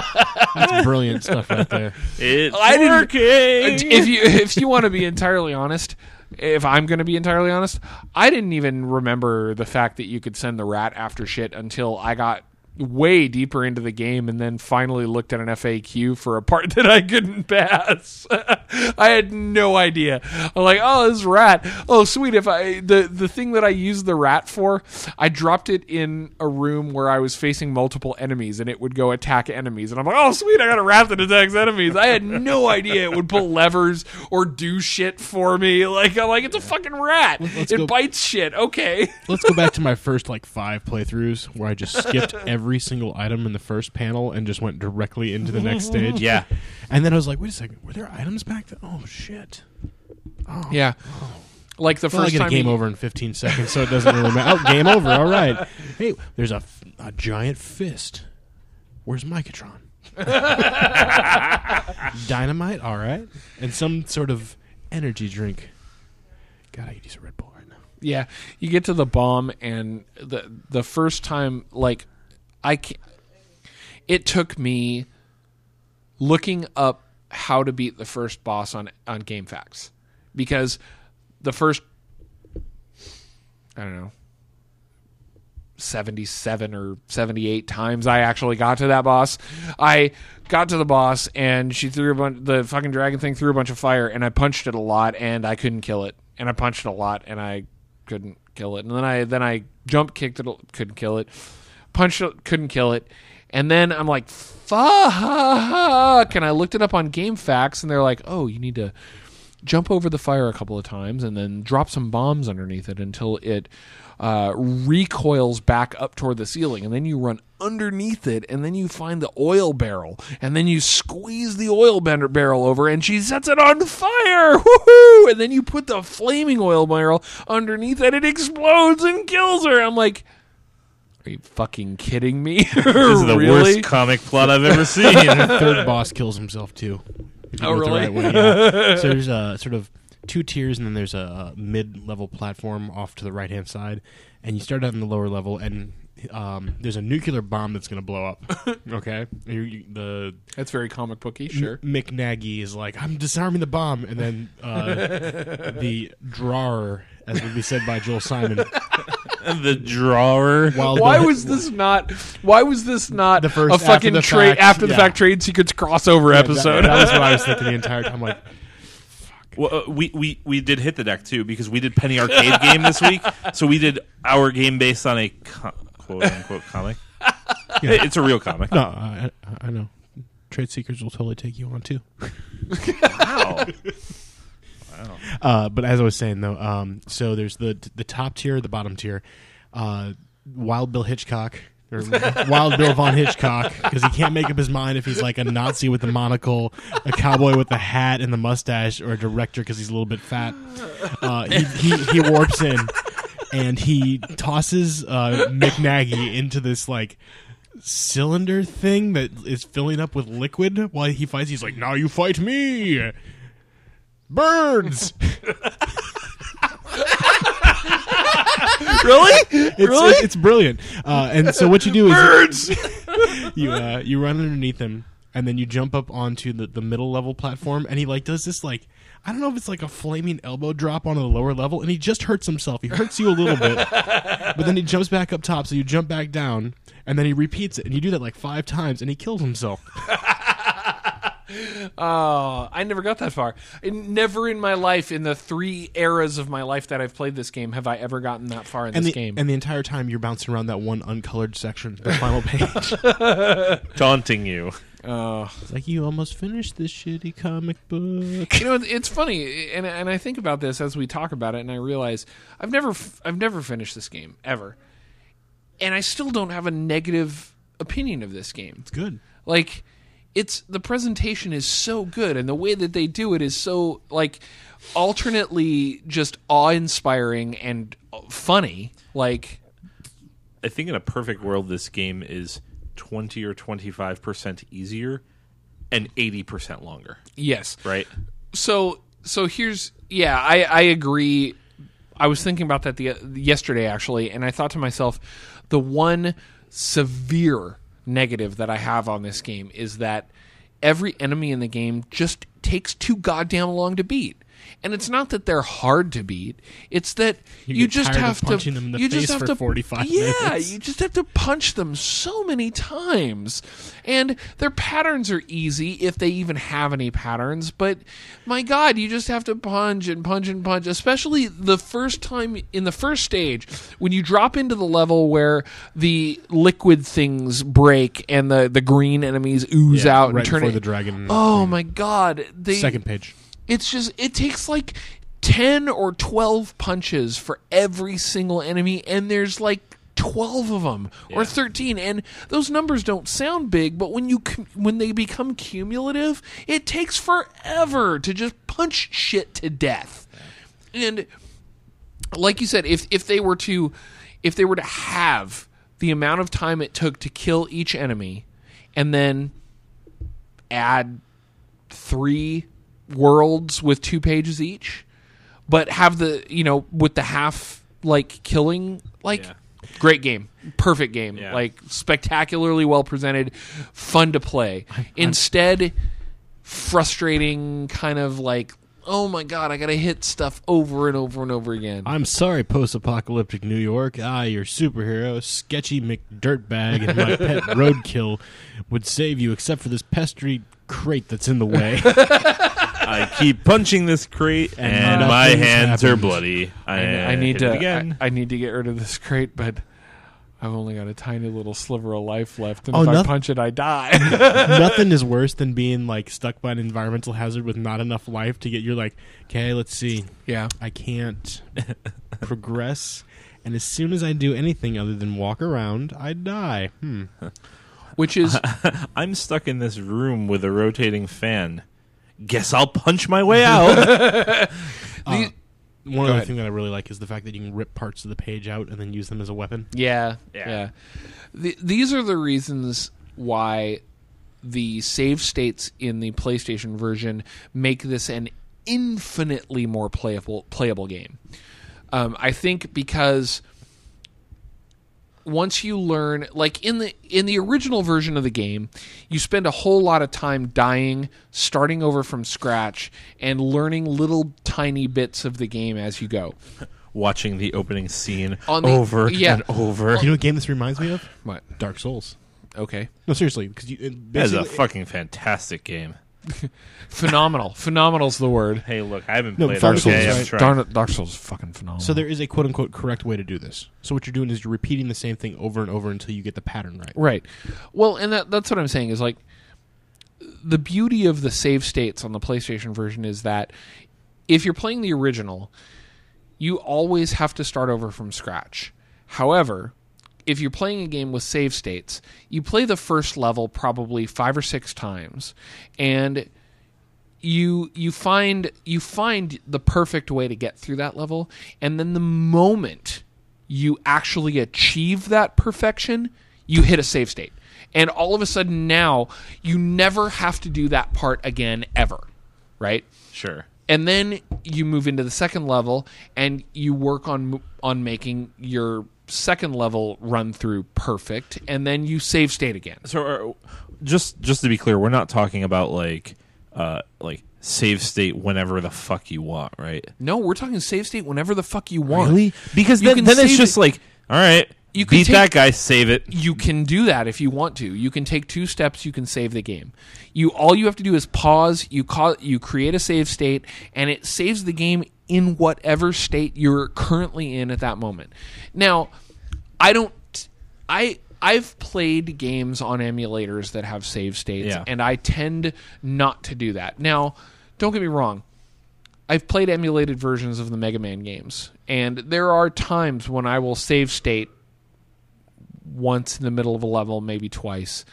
S5: that's brilliant stuff right there.
S7: It's
S2: I didn't-
S7: working.
S2: Uh, if you [LAUGHS] if you want to be entirely honest, if I'm going to be entirely honest, I didn't even remember the fact that you could send the rat after shit until I got way deeper into the game and then finally looked at an FAQ for a part [LAUGHS] that I couldn't pass. [LAUGHS] I had no idea. I'm like, "Oh, this rat. Oh, sweet. If I the the thing that I used the rat for, I dropped it in a room where I was facing multiple enemies and it would go attack enemies and I'm like, "Oh, sweet. I got a rat that attacks enemies." I had no [LAUGHS] idea it would pull levers or do shit for me. Like I'm like, "It's a fucking rat.
S5: let's
S2: it
S5: go-
S2: bites shit." Okay.
S5: Let's go back to my first like five playthroughs where I just
S2: [LAUGHS]
S5: skipped every single item in the first panel and just went directly into the next stage.
S7: yeah.
S5: And then I was like, wait a second, were there items back then? Oh shit.
S2: Yeah. Like the
S5: Well, I
S2: first
S5: get a
S2: time
S5: game
S2: you-
S5: over in 15 seconds, so it doesn't really matter. Oh, game over. All right. Hey, there's a, f- a giant fist. Where's
S2: [LAUGHS]
S5: Micatron? Dynamite. All right, and some sort of energy drink. God, I could use a Red Bull right now.
S2: Yeah, you get to the bomb, and the the first time, like, I can It took me looking up how to beat the first boss on on GameFAQs because the first I don't know. 77 or 78 times I actually got to that boss. I got to the boss and she threw a bunch the fucking dragon thing threw a bunch of fire and I punched it a lot and I couldn't kill it. And I punched it a lot and I couldn't kill it. And then I then I jump kicked it couldn't kill it. Punched it couldn't kill it. And then I'm like fuck and I looked it up on GameFAQs and they're like, "Oh, you need to jump over the fire a couple of times and then drop some bombs underneath it until it uh, recoils back up toward the ceiling and then you run underneath it and then you find the oil barrel and then you squeeze the oil bender barrel over and she sets it on fire [LAUGHS] Woohoo! and then you put the flaming oil barrel underneath it it explodes and kills her i'm like are you fucking kidding me [LAUGHS]
S7: This is the
S2: really
S7: worst comic plot I've
S2: [LAUGHS]
S7: ever seen.
S5: Third boss kills himself too. if you
S2: Oh,
S5: do it the
S2: really?
S5: right way,
S2: [LAUGHS]
S5: yeah. so there's a sort of two tiers, and then there's a, a mid-level platform off to the right-hand side, and you start out in the lower level, and um, there's a nuclear bomb that's going to blow
S2: [LAUGHS]
S5: up. okay, You- you- the
S2: that's very comic booky sure
S5: McNaggy is like, "I'm disarming the bomb," and then
S2: [LAUGHS]
S5: uh, the drawer, as would be said by Joel Simon,
S7: the drawer.
S5: while [LAUGHS]
S2: Why
S5: the-
S2: was this not? Why was this not
S5: The first
S2: a
S5: after
S2: fucking
S5: the
S2: trade
S5: fact,
S2: after the
S5: yeah.
S2: fact trade secrets crossover
S5: Yeah, that-
S2: episode?
S5: [LAUGHS] That, was what I was thinking the entire time. I'm like,
S7: Well, uh, we, we we did hit the deck too because we did
S2: [LAUGHS]
S7: Penny Arcade game this week. So we did our game based on a co- quote unquote
S2: [LAUGHS]
S7: comic. It's a real comic.
S5: "No, I, I- I know." Trade secrets will totally take you on too.
S7: Wow.
S5: Uh, but as I was saying though, um, so there's the the top tier, the bottom tier. Uh, Wild Bill Hitchcock or Wild Bill von Hitchcock because he can't make up his mind if he's like a Nazi with the monocle, a cowboy with the hat and the mustache, or a director because he's a little bit fat. Uh, he, he he warps in and he tosses uh, McNaggy into this like cylinder thing that is filling up with liquid while he fights. He's like, "Now you fight me." Birds.
S2: really?
S5: It's, it's- it's brilliant. Uh, and so what you do is [LAUGHS] you uh, you run underneath him, and then you jump up onto the, the middle level platform, and he like does this like I don't know if it's like a flaming elbow drop onto the lower level, and he just hurts himself. He hurts you a little bit,
S2: [LAUGHS]
S5: but then he jumps back up top, so you jump back down, and then he repeats it, and you do that like five times, and he kills [LAUGHS] himself.
S2: Oh, I never got that far. And never in my life, in the three eras of my life that I've played this game, have I ever gotten that far in
S5: And
S2: this
S5: the,
S2: game.
S5: and the entire [LAUGHS] time you're bouncing around that one uncolored section, the final page.
S7: Daunting you.
S2: Uh,
S5: It's like [LAUGHS] you almost finished this shitty comic book.
S2: [LAUGHS] you know, it- it's funny, and and I think about this as we talk about it, and I realize I've never f- I've never finished this game ever, and I still don't have a negative opinion of this game.
S5: Good.
S2: Like, it's the presentation is so good, and the way that they do it is so like alternately just awe inspiring and funny. Like,
S7: I think in a perfect world, this game is 20 or 25% easier and 80% longer,
S2: yes, [LAUGHS]
S7: right?
S2: so so here's yeah i i agree i was thinking about that the yesterday actually and i thought to myself the one severe negative that i have on this game is that every enemy in the game just takes too goddamn long to beat and it's not that they're hard to beat it's that you,
S5: get
S2: just
S5: tired of
S2: have to
S5: punching them in the
S2: you just
S5: face
S2: have
S5: for
S2: to
S5: 45
S2: yeah
S5: minutes.
S2: you just have to punch them so many times. And their patterns are easy if they even have any patterns, but my god, you just have to punch and punch and punch, especially the first time in the first stage when you drop into the level where the liquid things break and the the green enemies ooze out and
S5: right
S2: turn
S5: before
S2: it
S5: the dragon.
S2: Oh my god. They
S5: Second page.
S2: it's just it takes like 10 or 12 punches for every single enemy and there's like 12 of them or 13 and those numbers don't sound big but when you cum- when they become cumulative it takes forever to just punch shit to death and like you said, if if they were to if they were to have the amount of time it took to kill each enemy and then add three worlds with two pages each, but have the you know, with the half like killing like
S7: Yeah.
S2: great game. Perfect game.
S7: Yeah.
S2: Like spectacularly well presented, fun to play. Instead frustrating kind of like oh my god i gotta hit stuff over and over and over again
S5: I'm sorry, post-apocalyptic New York. I, your superhero, sketchy McDirtbag, and my [LAUGHS] pet roadkill would save you, except for this pestery crate that's in the [LAUGHS] way.
S7: I keep punching this crate and,
S5: And
S7: my
S5: nothing's
S7: hands are
S5: happened.
S7: bloody. I,
S2: I need
S7: hit
S2: to
S7: it again.
S2: I, I need to get rid of this crate, but I've only got a tiny little sliver of life left, and
S5: Oh,
S2: if I
S5: noth-
S2: punch it, I die. [LAUGHS]
S5: Nothing is worse than being like stuck by an environmental hazard with not enough life to get. You're like, okay, let's see.
S2: yeah,
S5: I can't progress, and as soon as I do anything other than walk around, I die. Hmm.
S2: which [LAUGHS] is
S7: I'm stuck in this room with a rotating fan. Guess I'll punch
S2: [LAUGHS]
S7: my way out.
S2: the-
S5: One other
S2: ahead.
S5: thing that I really like is the fact that you can rip parts of the page out and then use them as a weapon.
S2: yeah, yeah.
S7: Yeah.
S2: The, these are the reasons why the save states in the PlayStation version make this an infinitely more playable playable game. Um, I think because once you learn like in the in the original version of the game you spend a whole lot of time dying starting over from scratch and learning little tiny bits of the game as you go
S7: Watching the opening scene
S2: On the-
S7: over
S2: yeah.
S7: and over.
S5: You know what game this reminds me of?
S2: What?
S5: Dark Souls.
S2: okay
S5: No, seriously, because you it
S7: That is a
S5: basically-
S7: fucking fantastic game.
S2: phenomenal phenomenal's the word
S7: Hey, look, I haven't
S5: No,
S7: played
S5: Dark
S7: it.
S5: Souls,
S7: Okay, I'm
S5: right.
S7: trying.
S2: Darn it, Dark Souls is fucking phenomenal
S5: So there is a quote unquote correct way to do this. So what you're doing is you're repeating the same thing over and over until you get the pattern right.
S2: Right. Well, and that that's what I'm saying is like the beauty of the save states on the PlayStation version is that if you're playing the original, you always have to start over from scratch. However, if you're playing a game with save states, you play the first level probably 5 or 6 times and you you find you find the perfect way to get through that level and then the moment you actually achieve that perfection you hit a save state and all of a sudden now you never have to do that part again ever right
S7: Sure.
S2: and then you move into the second level and you work on on making your second level run through perfect and then you save state again
S7: so are, just just to be clear, we're not talking about like uh like save state whenever the fuck you want, right?
S2: no we're talking save state whenever the fuck you want
S7: Because
S2: You
S7: then,
S2: can
S7: then it's
S2: save
S7: just
S2: it-
S7: like, all right,
S2: You can
S7: beat
S2: take-
S7: that guy, save it.
S2: you can do that if you want to. You can take two steps. You can save the game. You all you have to do is pause. You call. You create a save state, and it saves the game in whatever state you're currently in at that moment. Now, I don't. I I've played games on emulators that have save states,
S7: Yeah.
S2: and I tend not to do that. Now, don't get me wrong. I've played emulated versions of the Mega Man games, and there are times when I will save state once in the middle of a level, maybe twice.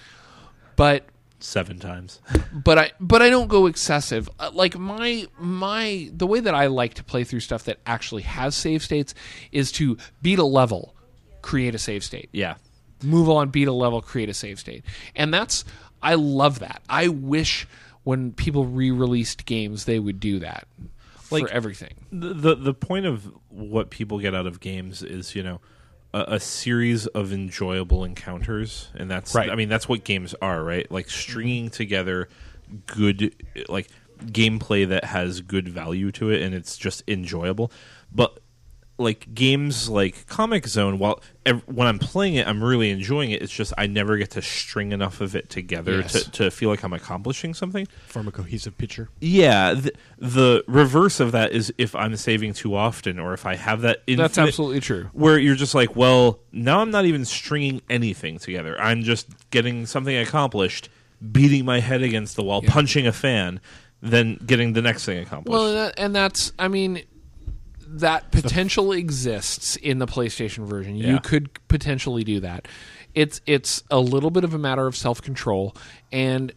S2: But
S7: seven times.
S2: but I but I don't go excessive. Uh, Like my my the way that I like to play through stuff that actually has save states is to beat a level, create a save state.
S7: Yeah.
S2: Move on, beat a level, create a save state. And that's I love that. I wish when people re-released games they would do that
S7: Like-
S2: for everything.
S7: The, the the point of what people get out of games is you know a, a series of enjoyable encounters, and that's
S2: Right. Mm-hmm.
S7: I mean that's what games are, right? Like stringing together good like gameplay that has good value to it, and it's just enjoyable. But like games like Comic Zone, while ev- when I'm playing it, I'm really enjoying it. It's just I never get to string enough of it together
S2: Yes.
S7: to, to feel like I'm accomplishing something.
S5: Form a cohesive picture.
S7: Yeah, th- the reverse of that is if I'm saving too often or if I have that infinite,
S2: That's absolutely true.
S7: where you're just like, well, now I'm not even stringing anything together. I'm just getting something accomplished, beating my head against the wall, punching a fan, then getting the next thing accomplished.
S2: Well, and, that, and that's I mean that potential exists in the PlayStation version.
S7: Yeah.
S2: You could potentially do that. It's it's a little bit of a matter of self-control and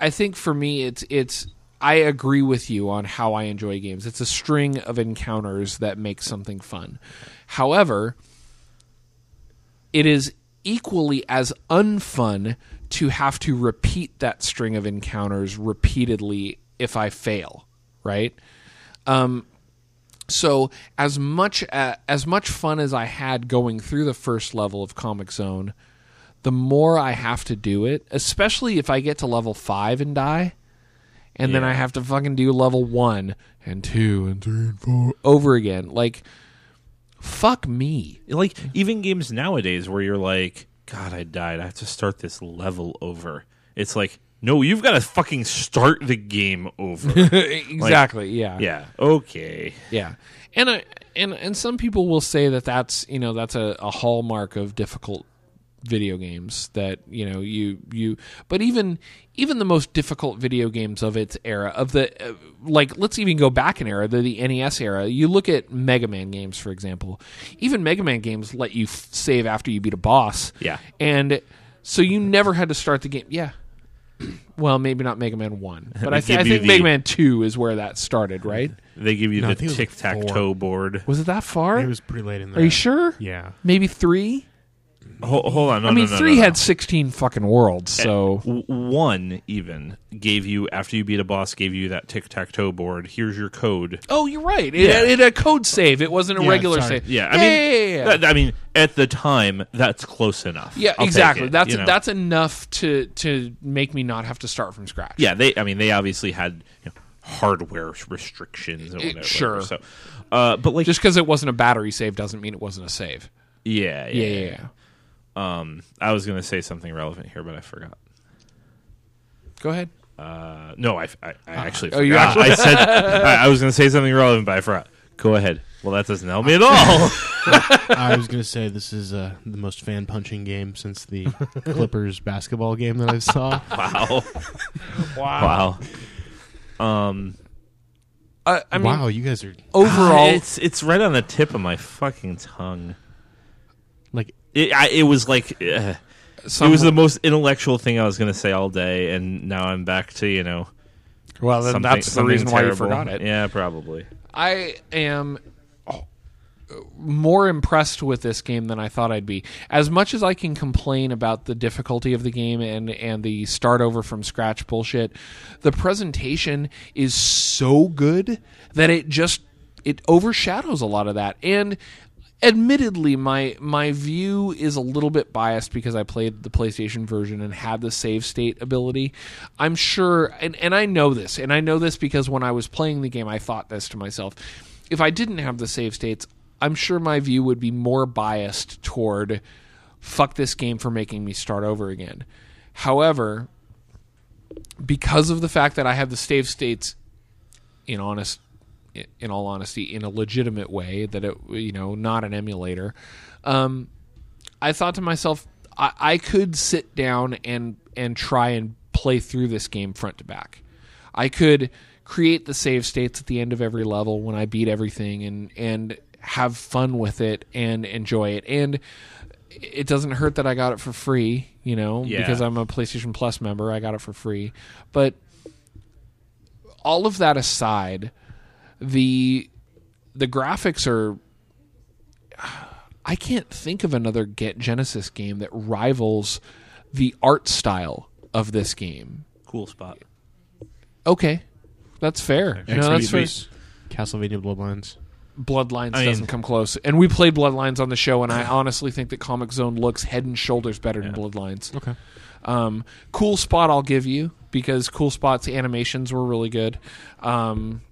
S2: I think for me it's it's I agree with you on how I enjoy games. It's a string of encounters that make something fun. However, it is equally as unfun to have to repeat that string of encounters repeatedly if I fail, right? Um, so as much uh, as much fun as I had going through the first level of Comic Zone, the more I have to do it, especially if I get to level five and die, and then I have to fucking do level one and two and three and four over again. Like, fuck me.
S7: like even games nowadays where you're like god i died i have to start this level over it's like no you've got to fucking start the game
S5: [LAUGHS]
S7: over
S2: [LAUGHS] exactly. yeah.
S7: yeah okay
S2: Yeah, and I and and some people will say that that's you know that's a, a hallmark of difficult video games that you know you you but even even the most difficult video games of its era of the uh, like let's even go back an era the, the NES era you look at Mega Man games for example even Mega Man games let you f- save after you beat a boss
S7: Yeah.
S2: and so you never had to start the game yeah [CLEARS THROAT] well maybe not Mega Man
S7: [LAUGHS]
S2: 1 but I,
S7: They
S2: thi- I
S7: give you
S2: think
S7: the-
S2: Mega Man 2 is where that started right
S7: they give you
S5: No, I
S7: the
S5: think it was like
S7: tic-tac-toe
S5: four.
S7: board
S2: was it that far
S5: It was pretty late in there.
S2: are you sure?
S5: Yeah.
S2: Maybe three.
S7: Ho- hold on no,
S2: I mean,
S7: no, no,
S2: three
S7: no, no.
S2: had sixteen fucking worlds. So
S7: W- one even gave you after you beat a boss gave you that tic-tac-toe board here's your code
S2: oh, you're right. It,
S7: Yeah.
S2: it had a code save. It wasn't a
S5: Yeah,
S2: regular
S5: sorry.
S2: save.
S7: yeah i
S2: yeah,
S7: mean
S2: yeah, yeah.
S7: that- i mean at the time that's close enough
S2: Yeah,
S7: I'll take
S2: exactly.
S7: it,
S2: that's
S7: you know?
S2: that's enough to to make me not have to start from scratch.
S7: yeah, they. I mean, they obviously had you know, hardware restrictions and
S2: It-
S7: whatever.
S2: Eh, sure.
S7: So, uh, but like,
S2: Just because it wasn't a battery save doesn't mean it wasn't a save.
S7: yeah, yeah,
S2: Yeah, yeah, yeah.
S7: Um, I was gonna say something relevant here, but I forgot.
S2: Go ahead.
S7: Uh, no, I, I, I actually
S2: oh, you
S7: forgot.
S2: [LAUGHS]
S7: I said I, I was gonna say something relevant, but I forgot. Go ahead. Well, that doesn't help
S2: [LAUGHS]
S7: me at all.
S5: I was gonna say this is uh, the most fan punching game since
S2: [LAUGHS]
S5: the Clippers basketball game that I saw.
S7: wow. [LAUGHS] Wow. Um.
S2: I, [LAUGHS] I mean,
S5: wow, you guys are
S2: overall,
S7: it's it's right on the tip of my fucking tongue.
S5: like
S7: It I, it was like. Uh,
S2: some-
S7: it was the most intellectual thing I was going to say all day, and now I'm back to you know.
S2: well, then
S7: something-
S2: that's the
S7: something
S2: reason why you
S7: terrible.
S2: forgot it.
S7: Yeah, probably.
S2: I am more impressed with this game than I thought I'd be. As much as I can complain about the difficulty of the game and and the start over from scratch bullshit, the presentation is so good that it just it overshadows a lot of that. And admittedly my my view is a little bit biased because I played the PlayStation version and had the save state ability. I'm sure and and I know this and I know this because when I was playing the game I thought this to myself. If I didn't have the save states, I'm sure my view would be more biased toward fuck this game for making me start over again. However, because of the fact that I have the save states in honest in all honesty in a legitimate way that it you know not an emulator um I thought to myself I, I could sit down and and try and play through this game front to back. I could create the save states at the end of every level when I beat everything and and have fun with it and enjoy it. And it doesn't hurt that I got it for free, you know,
S7: Yeah.
S2: because I'm a PlayStation Plus member. I got it for free. But all of that aside, the the graphics are I can't think of another Get Genesis game that rivals the art style of this game.
S7: Cool spot.
S2: Okay. That's fair. No, that's fair.
S5: Castlevania Bloodlines.
S2: Bloodlines
S7: I mean-
S2: doesn't come close. And we played Bloodlines on the show, and I honestly think that Comic Zone looks head and shoulders better than Bloodlines.
S5: Okay.
S2: Um, cool Spot, I'll give you because Cool Spot's animations were really good. Um,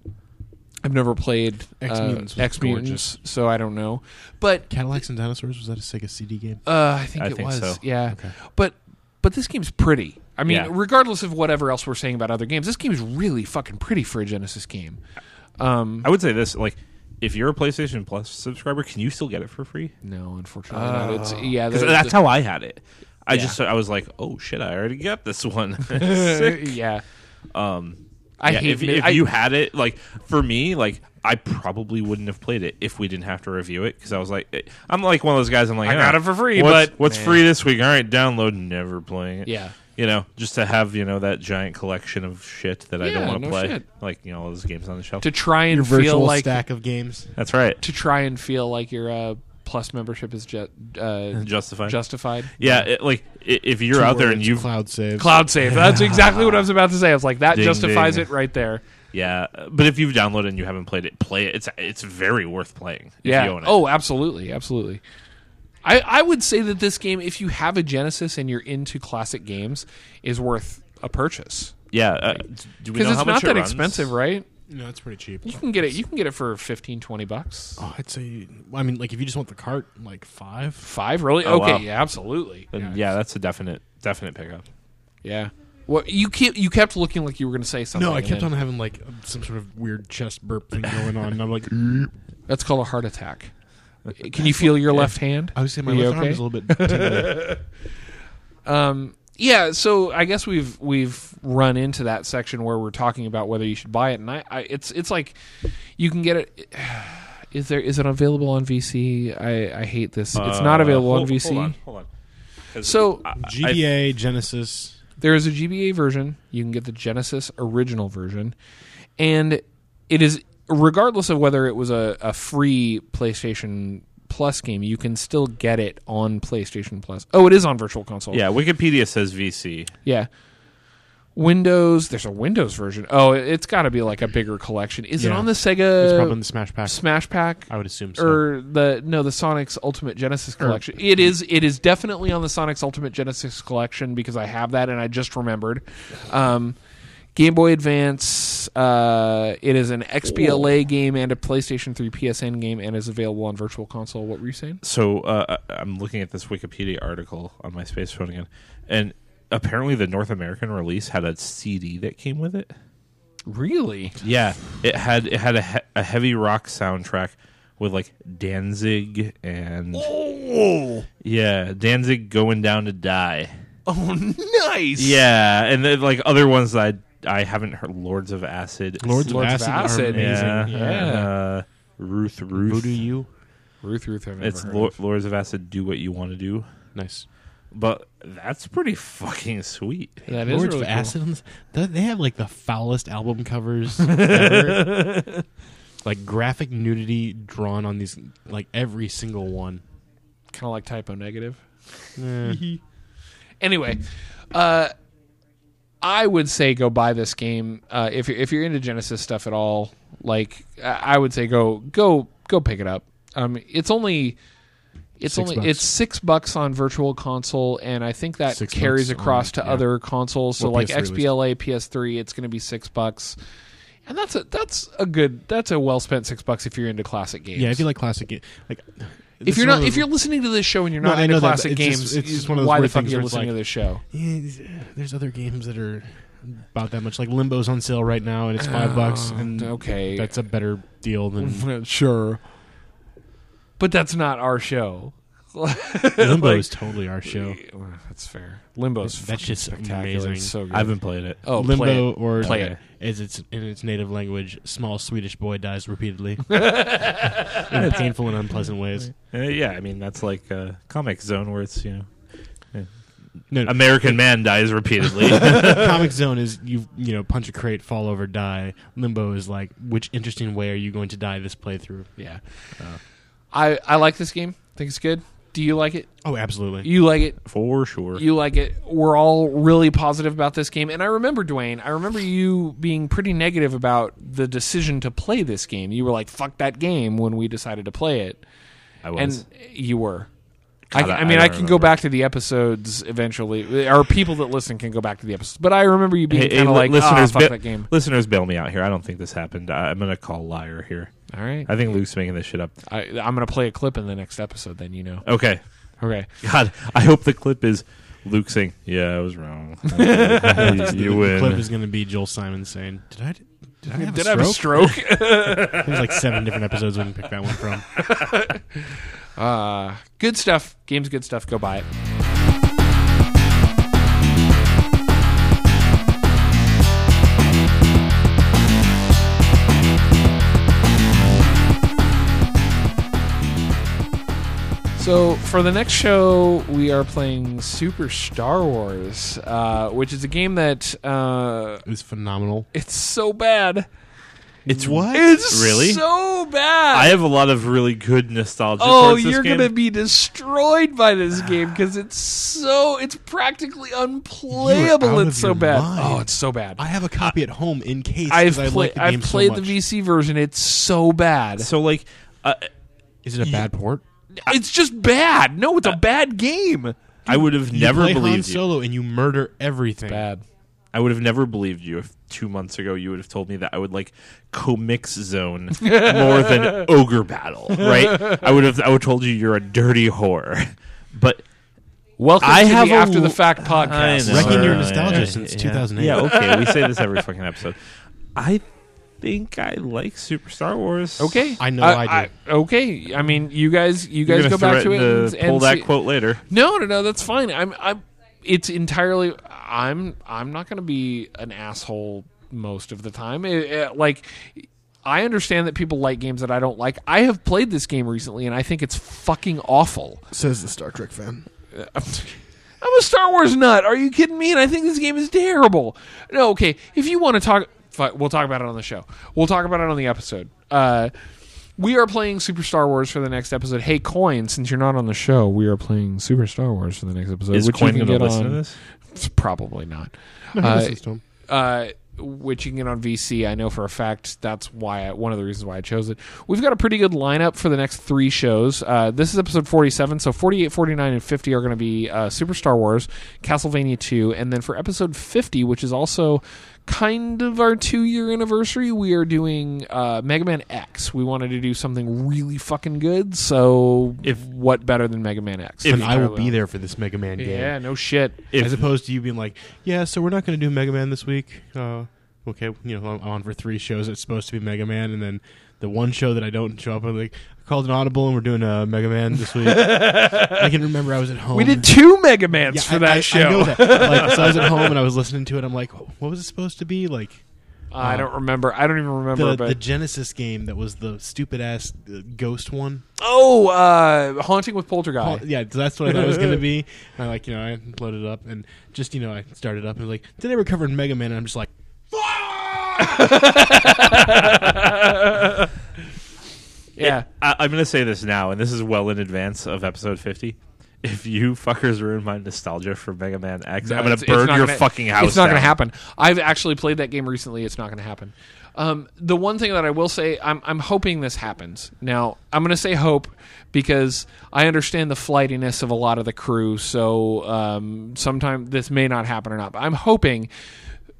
S2: I've never played
S5: Ex Mutants was
S2: X Mutants, so I don't know. But
S5: Cadillacs and Dinosaurs was that a Sega CD game?
S2: uh, I think
S7: I
S2: it
S7: think
S2: was.
S7: so.
S2: Yeah. But but this game's pretty. I mean,
S7: Yeah.
S2: regardless of whatever else we're saying about other games, this game is really fucking pretty for a Genesis game. Um,
S7: I would say this like if you're a PlayStation Plus subscriber, can you still get it for free?
S2: no, unfortunately, not. It's, uh, yeah,
S7: Because
S2: the-
S7: that's how I had it. I
S2: Yeah.
S7: just I was like, oh shit, I already got this
S2: [LAUGHS]
S7: one. [LAUGHS]
S2: the-
S7: Sick.
S2: yeah.
S7: Um,
S2: I
S7: yeah,
S2: hate
S7: if,
S2: mid-
S7: if
S2: I-
S7: you had it. Like for me, like I probably wouldn't have played it if we didn't have to review it because I was like, eh, I'm like one of those guys. I'm like,
S2: I
S7: "Huh,
S2: got it for free,
S7: what's-
S2: but-
S7: what's
S2: Man.
S7: free this week? All right, download. Never playing it.
S2: Yeah.
S7: you know, just to have you know that giant collection of shit that I don't
S2: Yeah,
S7: want
S2: no
S7: to play.
S2: shit.
S7: Like you know all those games on the shelf.
S2: To try and
S5: Your
S2: feel
S5: virtual
S2: like
S5: stack of games.
S7: That's right.
S2: to try and feel like your uh, plus membership is ju-
S7: [LAUGHS]
S2: uh,
S7: Justify.
S2: justified.
S7: yeah, it, like i- if you're out there and
S5: Words,
S7: you've
S5: cloud saves.
S2: Cloud save.
S7: [LAUGHS]
S2: That's exactly what I was about to say. I was like, that
S7: Ding,
S2: justifies
S7: ding.
S2: it right there.
S7: yeah, but if you've downloaded and you haven't played it, play it. It's it's very worth playing. If
S2: yeah.
S7: You own it.
S2: Oh, absolutely, absolutely. I, I would say that this game, if you have a Genesis and you're into classic games, is worth a purchase
S7: yeah. Uh, do we know
S2: because
S7: how
S2: it's
S7: much
S2: not that
S7: it runs?
S2: expensive, right?
S5: No, it's pretty cheap.
S2: You can get it. You can get it for 15, 20 bucks.
S5: Oh, I'd say. I mean, like if you just want the cart, like five.
S2: Five, really?
S7: Oh,
S2: okay,
S7: wow.
S2: yeah, absolutely.
S7: Then, yeah, that's a definite definite pickup.
S2: Yeah. What you kept you kept looking like you were going to say something.
S5: No, I
S2: and
S5: kept
S2: then-
S5: on having like some sort of weird chest burp
S2: [LAUGHS]
S5: thing going on, and I'm like,
S2: That's called a heart
S7: [LAUGHS]
S2: attack. Can you feel your left hand?
S5: I was saying my
S2: Are you
S5: left arm
S2: okay?
S5: is a little bit.
S2: [LAUGHS]
S5: tingly.
S2: Um, yeah, so I guess we've we've run into that section where we're talking about whether you should buy it, and I, I it's it's like you can get it. [SIGHS] Is there is it available on VC? I, I hate this. it's not
S7: Uh,
S2: available
S7: hold-
S2: on VC.
S7: Hold on, hold on. 'Cause
S2: So
S7: I- I-
S5: GBA Genesis.
S2: there is a GBA version. You can get the Genesis original version, and it is regardless of whether it was a, a free PlayStation Plus game, you can still get it on PlayStation Plus. Oh, it is on Virtual Console.
S7: yeah, Wikipedia says VC.
S2: Yeah. Windows, there's a Windows version. Oh, it's got to be like a bigger collection. Is it
S5: Yeah.
S2: on the
S5: It's probably in
S2: Sega
S5: the Smash Pack.
S2: Smash Pack
S5: I would assume so.
S2: Uh, or the no, the Sonic's Ultimate Genesis collection? It is it is definitely on the Sonic's Ultimate Genesis collection because I have that and I just remembered. Um Game Boy Advance. Uh, it is an XBLA game and a PlayStation 3 PSN game, and is available on Virtual Console. What were you saying?
S7: So uh, I- I'm looking at this Wikipedia article on my space phone again, and apparently the North American release had a CD that came with it.
S2: Really?
S7: Yeah, it had it had a, he- a heavy rock soundtrack with like Danzig and Oh! yeah, Danzig going down to die.
S2: Oh, nice.
S7: Yeah, and then like other ones that I I haven't heard. Lords of Acid,
S5: Lords,
S2: Lords of
S5: of Acid, are
S2: Acid.
S5: amazing.
S7: yeah,
S2: Yeah.
S7: Uh, Ruth, Ruth,
S5: Voodoo You.
S2: Ruth, Ruth. I've never
S7: It's
S2: heard
S7: Lor-
S2: of.
S7: Lords of Acid. Do what you want to do,
S5: Nice.
S7: but that's pretty fucking sweet.
S2: That is
S5: Lords
S2: really
S5: of
S2: cool.
S5: Acid. on this- th- They have like the foulest album [LAUGHS] covers ever. like graphic nudity drawn on these, like every single one.
S2: kind of like typo negative. anyway, uh, I would say go buy this game uh, if you're if you're into Genesis stuff at all. Like I I would say go go go pick it up. Um, it's only it's
S5: Six
S2: only
S5: bucks.
S2: it's six bucks on Virtual Console, and I think that
S5: Six
S2: carries
S5: bucks
S2: across
S5: on-
S2: to
S5: yeah.
S2: other consoles. So
S5: Well,
S2: like
S5: PS3 was-
S2: XBLA, PS3, it's going to be six bucks. And that's a that's a good that's a well spent six bucks if you're into classic games.
S5: Yeah, if you like classic, ga- like
S2: If you're not, if you're listening to this show and you're
S5: No,
S2: not
S5: I
S2: into
S5: know that, but
S2: classic
S5: it's
S2: games,
S5: just- it's just one of those
S2: why the
S5: weird
S2: fuck are
S5: things
S2: you
S5: where it's
S2: listening to
S5: like-
S2: this show?
S5: Yeah, there's other games that are about that much. Like Limbo's on sale right now, and it's five bucks, and
S2: Uh, Oh, okay. [LAUGHS]
S5: that's a better deal than
S2: sure, but that's not our show.
S5: Limbo is totally our show.
S2: That's fair. Limbo's
S5: That's just
S2: spectacular.
S5: amazing.
S2: It's so good.
S7: I haven't played it.
S2: oh,
S5: Limbo
S2: play it.
S5: or
S2: Play it.
S5: as it's in its native language, small Swedish boy dies [LAUGHS] repeatedly in painful and unpleasant ways.
S7: Uh, yeah, I mean that's like uh, Comic Zone where it's you know
S5: No, no.
S7: American Man
S2: [LAUGHS]
S7: dies repeatedly. [LAUGHS]
S5: Comic Zone is you you know punch a crate, fall over, die. Limbo is like which interesting way are you going to die this playthrough?
S2: Yeah. I I like this game. Think it's good. Do you like it?
S5: Oh, absolutely.
S2: You like it?
S7: For sure.
S2: You like it? We're all really positive about this game, and I remember Dwayne. I remember you being pretty negative about the decision to play this game. You were like, "Fuck that game" when we decided to play it,
S7: I was.
S2: and uh, you were.
S7: God,
S2: I, I mean, I,
S7: I
S2: can go
S7: don't remember.
S2: back to the episodes eventually, or people that listen can go back to the episodes. But I remember you being
S7: Hey, hey,
S2: kind of
S7: li-
S2: like,
S7: listeners,
S2: "Ah, fuck
S7: ba-
S2: that game."
S7: listeners, bail me out here. I don't think this happened. I, I'm gonna call liar here.
S2: All right,
S7: I think Luke's making this shit up.
S2: I, I'm going to play a clip in the next episode. Then you know.
S7: Okay, [LAUGHS]
S2: Okay.
S7: God, I hope the clip is Luke saying, "Yeah, I
S2: [LAUGHS]
S7: was wrong." you
S5: [LAUGHS] The clip
S7: win.
S5: is going to be Joel Simon saying, "Did I did I have
S2: Did
S5: a
S2: I have a
S5: stroke?"
S2: stroke?
S5: There's like seven different episodes we can pick that one [LAUGHS] from.
S2: Uh, good stuff. Game's good stuff. Go buy it. So for the next show, we are playing Super Star Wars, uh, which is a game that uh,
S5: It was phenomenal.
S2: it's so bad.
S7: It's what?
S2: It's
S7: really?
S2: so bad.
S7: I have a lot of really good nostalgia.
S2: Oh,
S7: towards this
S2: you're
S7: game.
S2: gonna be destroyed by this game because it's so it's practically unplayable.
S5: out of
S2: It's so
S5: your
S2: bad.
S5: mind.
S2: Oh, it's so bad.
S5: I have a copy at home in case.
S2: I've
S5: 'cause I
S2: played.
S5: like the game
S2: I've played
S5: so
S2: the
S5: much.
S2: VC version. It's so bad.
S7: So like, uh,
S5: Is it a bad port?
S2: it's just bad. No,
S5: Uh,
S2: it's a bad game.
S7: I would have
S5: You
S7: never
S5: play Han
S7: believed you.
S5: Solo and you murder everything.
S2: Bad.
S7: I would have never believed you if two months ago you would have told me that I would like
S2: [LAUGHS]
S7: comics zone more than ogre battle, right? I would have I would have told you you're a dirty whore, but
S2: Welcome
S7: I
S2: to
S7: have
S2: the
S7: a
S2: After the
S7: l-
S2: Fact podcast.
S7: know.
S5: Wrecking your
S7: Uh,
S5: nostalgia
S7: yeah,
S5: since
S7: yeah.
S5: 2008.
S7: Yeah, okay, we say this every fucking episode. I think I like Super Star Wars.
S2: Okay,
S5: I know
S2: I,
S5: I do.
S2: okay, I mean, you guys, you
S7: you
S2: guys go back to it and,
S7: pull
S2: and
S7: that
S2: see-
S7: quote later.
S2: No, no, no. That's fine. I'm. I'm. It's entirely. I'm. I'm not going to be an asshole most of the time. It- it- like, I understand that people like games that I don't like. I have played this game recently, and I think it's fucking awful.
S1: Says the Star Trek fan.
S2: I'm a Star Wars nut. Are you kidding me? And I think this game is terrible. No, okay. If you want to talk, fi- we'll talk about it on the show. We'll talk about it on the episode. Uh, we are playing Super Star Wars for the next episode. Hey, Coin, since you're not on the show, we are playing Super Star Wars for the next episode.
S7: Is
S2: which
S7: Coin
S2: you can
S7: going to
S2: get
S7: listen
S2: on,
S7: to this?
S2: It's Probably not.
S5: Who
S2: Uh,
S5: listens to 'em?
S2: uh, which you can get on VC. I know for a fact that's why I, one of the reasons why I chose it. We've got a pretty good lineup for the next three shows. Uh, this is episode 47, so 48, 49, and 50 are going to be uh, Super Star Wars, Castlevania 2, and then for episode 50, which is also kind of our two year anniversary, we are doing uh, Mega Man X. We wanted to do something really fucking good, so
S7: If-
S2: what better than Mega Man X?
S5: And I will be there for this Mega Man game.
S2: Yeah, no shit.
S5: As opposed to you being like, yeah, so we're not going to do Mega Man this week. Uh, okay, you know, I'm on for three shows. It's supposed to be Mega Man, and then the one show that I don't show up, I'm like, I called an audible, and we're doing a Mega Man this
S2: [LAUGHS]
S5: week. I can remember I was at home.
S2: We did two Mega Mans
S5: Yeah,
S2: for
S5: I-
S2: that
S5: I-
S2: show.
S5: I know that. Like, so I
S2: [LAUGHS]
S5: was at home and I was listening to it. I'm like, what was it supposed to be? Like
S2: I don't remember. I don't even remember.
S5: the,
S2: but
S5: the Genesis game that was the stupid ass uh, ghost one.
S2: oh, uh, haunting with
S5: Oh,
S2: poltergeist.
S5: yeah, so that's what I thought it was gonna
S2: [LAUGHS]
S5: be. And I like, you know, I loaded it up and just you know, I started up and was like, today we're covering Mega Man, and I'm just like,
S2: yeah,
S7: I, I'm going to say this now, and this is well in advance of episode 50. If you fuckers ruin my nostalgia for Mega Man X, I'm going
S2: It's-
S7: to
S2: it's
S7: burn
S2: not
S7: your
S2: gonna-
S7: fucking house.
S2: It's not
S7: down.
S2: to happen. I've actually played that game recently. It's not going to happen. Um, the one thing that I will say, I'm I'm hoping this happens. Now I'm going to say hope because I understand the flightiness of a lot of the crew. So um, sometime this may not happen or not. But I'm hoping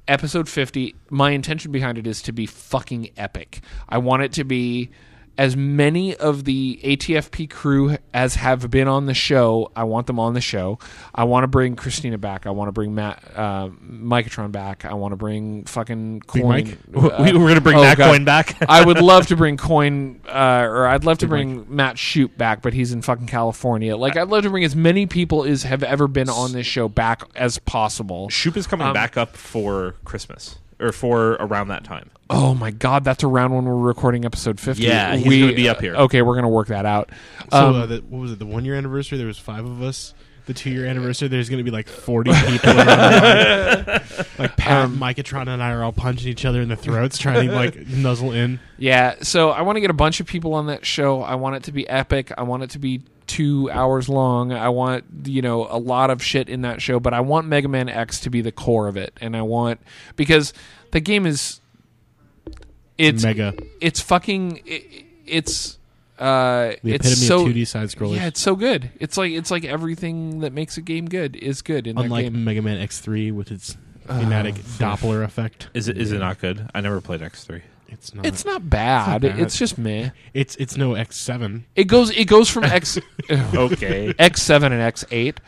S2: episode 50 my intention behind it is to be fucking epic i want it to be as many of the ATFP crew as have been on the show. I want them on the show. I want to bring Christina back. I want to bring Matt uh, Micatron back. I want to bring fucking coin.
S5: Mike?
S7: We-
S2: uh,
S7: [LAUGHS] we were going to bring
S2: oh,
S7: that
S2: God.
S7: coin back.
S2: [LAUGHS] I would love to bring Coin, uh, or I'd love to bring Matt Shoot back, but he's in fucking California. Like, I'd love to bring as many people as have ever been on this show back as possible.
S7: Shoop is coming
S2: Um,
S7: back up for Christmas or for around that time.
S2: Oh my god, that's around when we're recording episode fifty.
S7: Yeah, he's
S2: We-
S7: gonna be up here.
S2: Okay, we're gonna work that out.
S5: So
S2: Um,
S5: uh, the, what was it? The one year anniversary. There was five of us. The two
S2: [LAUGHS]
S5: year anniversary. There's going to be like forty people. around the bar. like Pat,
S2: Um,
S5: Micatron, and I are all punching each other in the throats, trying to
S2: [LAUGHS]
S5: like nuzzle in.
S2: yeah, so I want to get a bunch of people on that show. I want it to be epic. I want it to be two hours long. I want you know a lot of shit in that show, but I want Mega Man X to be the core of it, and I want because the game is it's
S5: Mega.
S2: It's fucking it, it's uh
S5: The
S2: it's
S5: epitome
S2: so
S5: of 2D side scrollers.
S2: yeah, it's so good. It's like it's like everything that makes a game good is good in that
S5: Unlike
S2: game. Uh,
S5: Mega Man X3 with its thematic Doppler effect.
S7: Is it? Is it not good? I never played
S2: [LAUGHS]
S7: X three.
S5: It's not.
S2: It's
S5: It's
S2: not
S5: It's
S2: bad.
S5: not bad.
S2: It's just meh.
S5: it's, no X7.
S2: It goes it goes
S5: [LAUGHS]
S2: from X [LAUGHS]
S7: Okay.
S2: X seven and X eight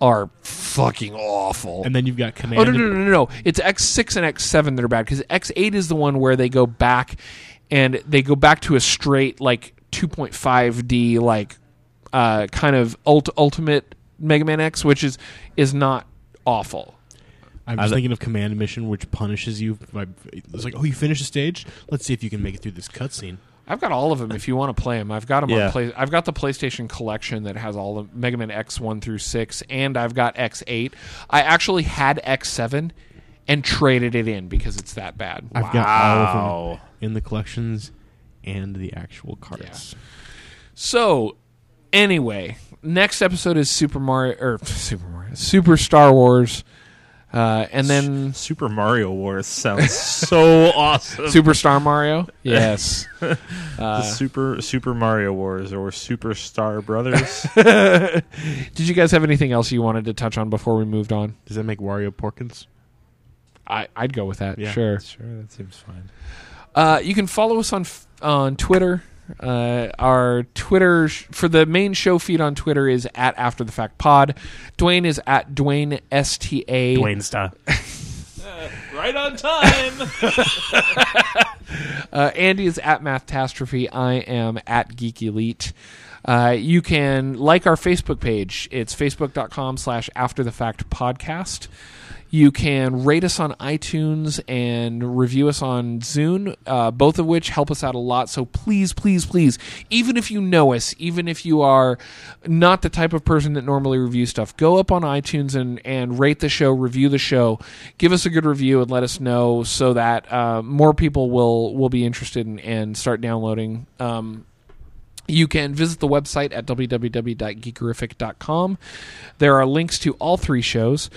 S2: are fucking awful.
S5: And then you've got Command.
S2: oh no no no no! no. It's X six and X seven that are bad because X eight is the one where they go back and they go back to a straight like two point five D like uh, kind of ult- ultimate Mega Man X, which is is not awful.
S5: I'm
S7: I
S5: just
S7: li-
S5: thinking of Command Mission, which punishes you. By, it's like, oh, you finished the stage? Let's see if you can make it through this cutscene.
S2: I've got all of them. If you want to play them, I've got them
S7: Yeah.
S2: on play. I've got the PlayStation collection that has all the Mega Man X one through six, and I've got X eight. I actually had X seven and traded it in because it's that bad.
S5: I've got all of
S7: Wow.
S5: them in the collections and the actual carts.
S2: So, anyway, next episode is Super Mario or [LAUGHS] Super Mario, Super Star Wars, uh, and
S7: [LAUGHS]
S2: then
S7: Super Mario
S2: [LAUGHS]
S7: Wars sounds so awesome.
S2: Super uh, Star Mario. Yes,
S7: The Super Super Mario Wars or Super Star
S2: [LAUGHS]
S7: Brothers.
S2: [LAUGHS] Did you guys have anything else you wanted to touch on before we moved on?
S5: Does that make Wario Porkins?
S2: I, I'd go with that.
S5: Yeah.
S2: Sure.
S7: sure, that seems fine.
S2: Uh, you can follow us on f- on Twitter. Uh, our Twitter sh- for the main show feed on Twitter is at After the Fact Pod. Dwayne is at Dwayne STA.
S5: Star.
S7: Right on time.
S2: [LAUGHS]
S7: [LAUGHS]
S2: Uh, Andy is at Mathtastrophe. I am at Geek Elite. Uh, you can like our Facebook page. It's facebook.com slash after the fact podcast. You can rate us on iTunes and review us on Zune, uh, both of which help us out a lot. So please, please, please, even if you know us, even if you are not the type of person that normally reviews stuff, go up on iTunes and, and rate the show, review the show, give us a good review, and let us know so that uh, more people will will be interested in, and start downloading. Um, you can visit the website at www.geekerific.com. There are links to all three shows.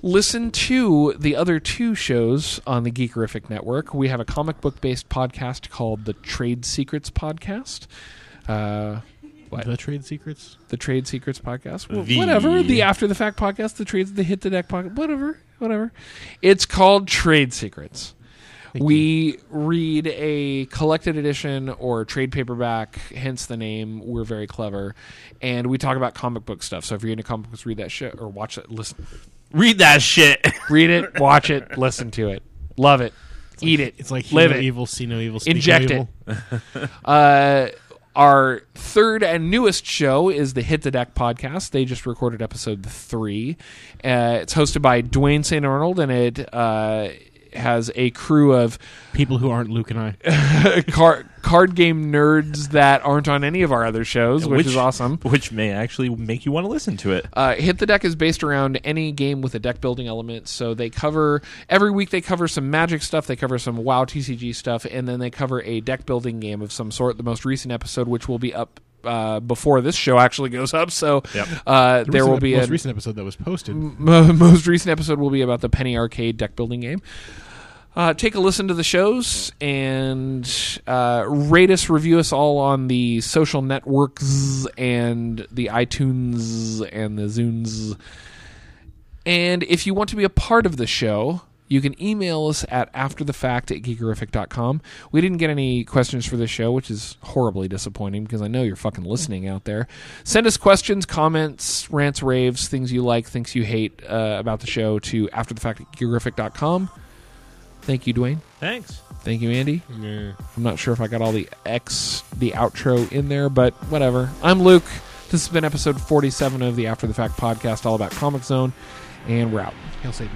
S2: Listen to the other two shows on the Geekerific Network. We have a comic book based podcast called the Trade Secrets Podcast. Uh,
S5: The Trade Secrets?
S2: the Trade Secrets podcast, Wh-
S7: The-
S2: whatever. The After the Fact podcast, the trades, the Hit the Deck podcast, whatever, whatever. It's called Trade Secrets. we read a collected edition or trade paperback, hence the name. We're very clever, and we talk about comic book stuff. So if you're into comic books, read that shit or watch it, listen,
S7: Read that shit.
S2: read it, watch it, listen to it, love it, eat it.
S5: It's like hear
S2: live
S5: no
S2: it.
S5: evil, see no evil, speak no
S2: Inject
S5: evil.
S2: it. uh, our third and newest show is the Hit the Deck podcast. They just recorded episode three. Uh, it's hosted by Dwayne St. Arnold, and it uh, has a crew of
S5: People who aren't Luke and I.
S2: car- card game nerds that aren't on any of our other shows, which is awesome.
S7: Which may actually make you want to listen to it.
S2: Uh, Hit the Deck is based around any game with a deck building element. So they cover every week they cover some Magic stuff, they cover some WoW TCG stuff, and then they cover a deck building game of some sort. The most recent episode, which will be up uh, before this show actually goes up, so
S7: Yep.
S2: uh,
S5: The
S2: there
S5: recent-
S2: will be
S5: most
S2: a
S5: recent episode that was posted.
S2: mo- [LAUGHS] most recent episode will be about the Penny Arcade deck building game. Uh, take a listen to the shows and uh, rate us, review us all on the social networks and the iTunes and the Zunes. And if you want to be a part of the show, You can email us at afterthefact at geekerific.com. We didn't get any questions for this show, which is horribly disappointing because I know you're fucking listening out there. Send us questions, comments, rants, raves, things you like, things you hate uh, about the show to afterthefact at geekerific.com. Thank you, Dwayne.
S7: Thanks.
S2: Thank you, Andy. I'm not sure if I got all the X, the outro in there, but whatever. I'm Luke. This has been episode 47 of the After the Fact podcast, all about Comic Zone, and we're out.
S5: Hail Satan.